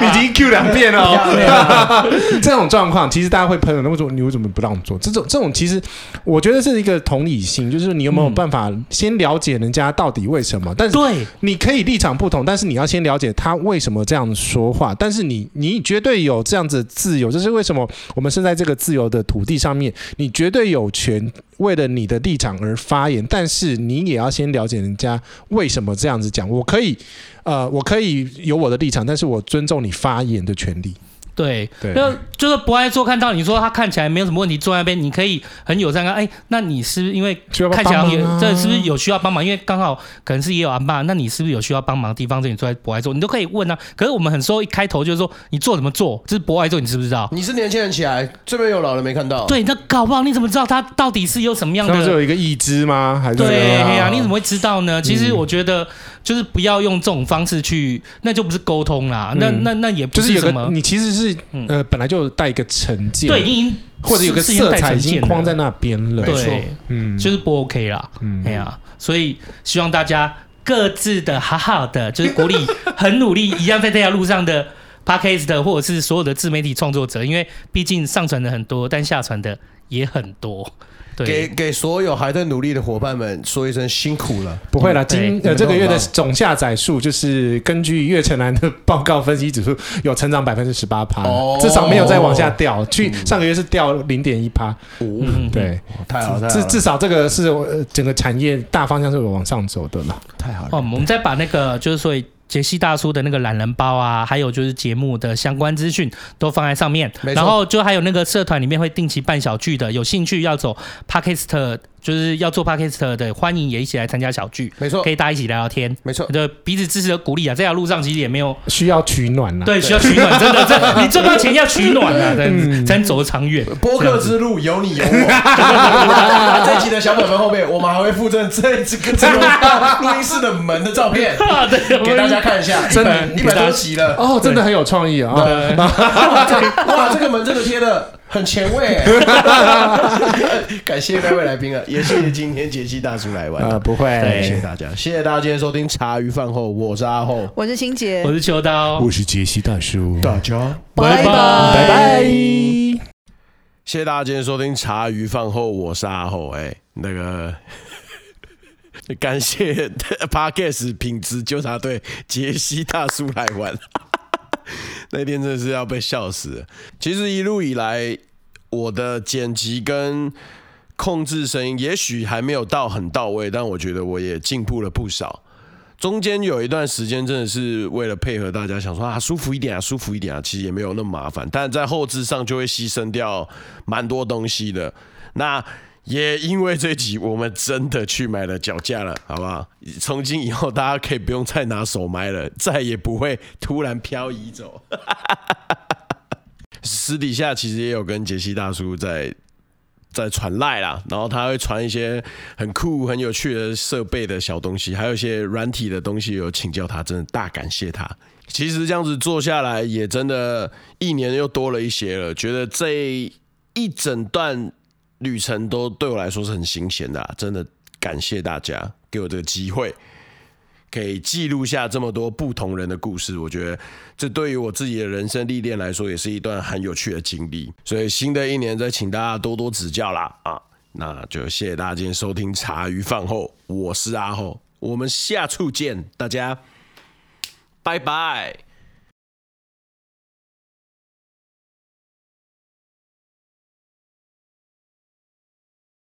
余，
已经 Q 两遍了、
没有
哦。 这种状况，其实大家会喷的，那为什么你为什么不让我做？这种这种，其实我觉得是一个同理心，就是你有没有
嗯
办法先了解人家到底为什么？但是
对，
你可以立场不同，但是你要先了解他为什么这样说话。但是你，你绝对有这样子的自由，这是为什么我们是在这个自由的土地上面，你绝对有权为了你的立场而发言。但是你也要先了解人家为什么这样子讲。我可以，呃，我可以有我的立场，但是我尊重你发言的权利。
对，
对
就就是不爱做，看到你说他看起来没有什么问题，坐在那边，你可以很友善看，哎、那你是不是因为
需要帮
看起来
忙
有、
啊
这是不是有需要帮忙？因为刚好可能是也有阿妈，那你是不是有需要帮忙的地方？这里坐在博爱座，你都可以问啊。可是我们很说一开头就是说你做怎么做，这是博爱座，你知不知道？
你是年轻人起来，这边有老人没看到，，
对，那搞不好你怎么知道他到底是有什么样
他们是
的？
有一个意志吗？还是
对哎
啊嗯
呀、你怎么会知道呢？其实我觉得就是不要用这种方式去，那就不是沟通啦，那
嗯
那那也不
就是有
什
个
么，
你其实是
嗯
呃，本来就有带一个成见，
对，已经
或者有个
是已经
色
带
彩已
成
经
见
框
了
在那边了，
对。
嗯，
就是不 OK 啦。
嗯
哎呀、所以希望大家各自的好好的， 就是国力很努力，一样在这条路上的 Podcast 或者是所有的自媒体创作者，因为毕竟上传的很多，但下传的也很多。
给
对，
给所有还在努力的伙伴们说一声辛苦了。
不会啦，
对
今
你
呃
们
这
都
个
很
月的
棒
总下载数就是呃根据岳成南的报告分析指数有成长百分之十八趴
哦，
至少没有再往下掉。去上个月是掉零点一趴，
嗯，
对，
哦太好了，
至至少这个是呃整个产业大方向是有往上走的了。
太好
哦，我
了。
们再把那个就是所以。杰西大叔的那个懒人包啊，还有就是节目的相关资讯都放在上面，
没错
然后就还有那个社团里面会定期办小聚的，有兴趣要走 podcast 就是要做 podcast 的，欢迎也一起来参加小聚，
没错
可，以大家一起聊聊天。
没错，
的彼此支持的鼓励啊，这条路上其实也没有
需要取暖啦，
对需要取暖，真的，这你赚到钱要取暖啊，这样子才能走得长远。
播客之路有你有我。 这集的小本本后面，我们还会附赠这这个这个录音室的门的照 片，
啊，对，
给大家看一下。
真的
一百多集 了，
哦，真的很有创意啊！
我
哦
们。
哇，这哇这个门真的贴的很前卫 欸。感谢那位来宾啊，也谢谢今天杰西大叔来玩
呃，。不
谢
会
谢，大家，谢谢大家今天收听茶余饭后，我是阿后，
我是欣杰，
我是秋刀，
是杰西大叔，
大家。
拜拜
拜拜。
谢谢大家今天收听茶余饭后，我是阿后。哎、那个感谢 Podcast 品质纠察队杰西大叔来玩， 那天真的是要被笑死了。其实一路以来，我的剪辑跟控制声音，也许还没有到很到位，但我觉得我也进步了不少。中间有一段时间真的是为了配合大家，想说啊舒服一点啊，舒服一点啊，其实也没有那么麻烦，但在后置上就会牺牲掉蛮多东西的。那也因为这集我们真的去买了脚架了，好不好？从今以后大家可以不用再拿手麦了，再也不会突然漂移走。 私底下其实也有跟杰西大叔在在传赖啦，然后他会传一些很酷、很有趣的设备的小东西，还有一些软体的东西，有请教他，真的大感谢他。其实这样子做下来，也真的一年又多了一些了，觉得这一整段旅程都对我来说是很新鲜的啦，啊真的感谢大家给我这个机会。可以记录下这么多不同人的故事，我觉得这对于我自己的人生历练来说，也是一段很有趣的经历。所以新的一年再请大家多多指教啦啊！那就谢谢大家今天收听茶余饭后，我是阿后，我们下次见，大家拜拜。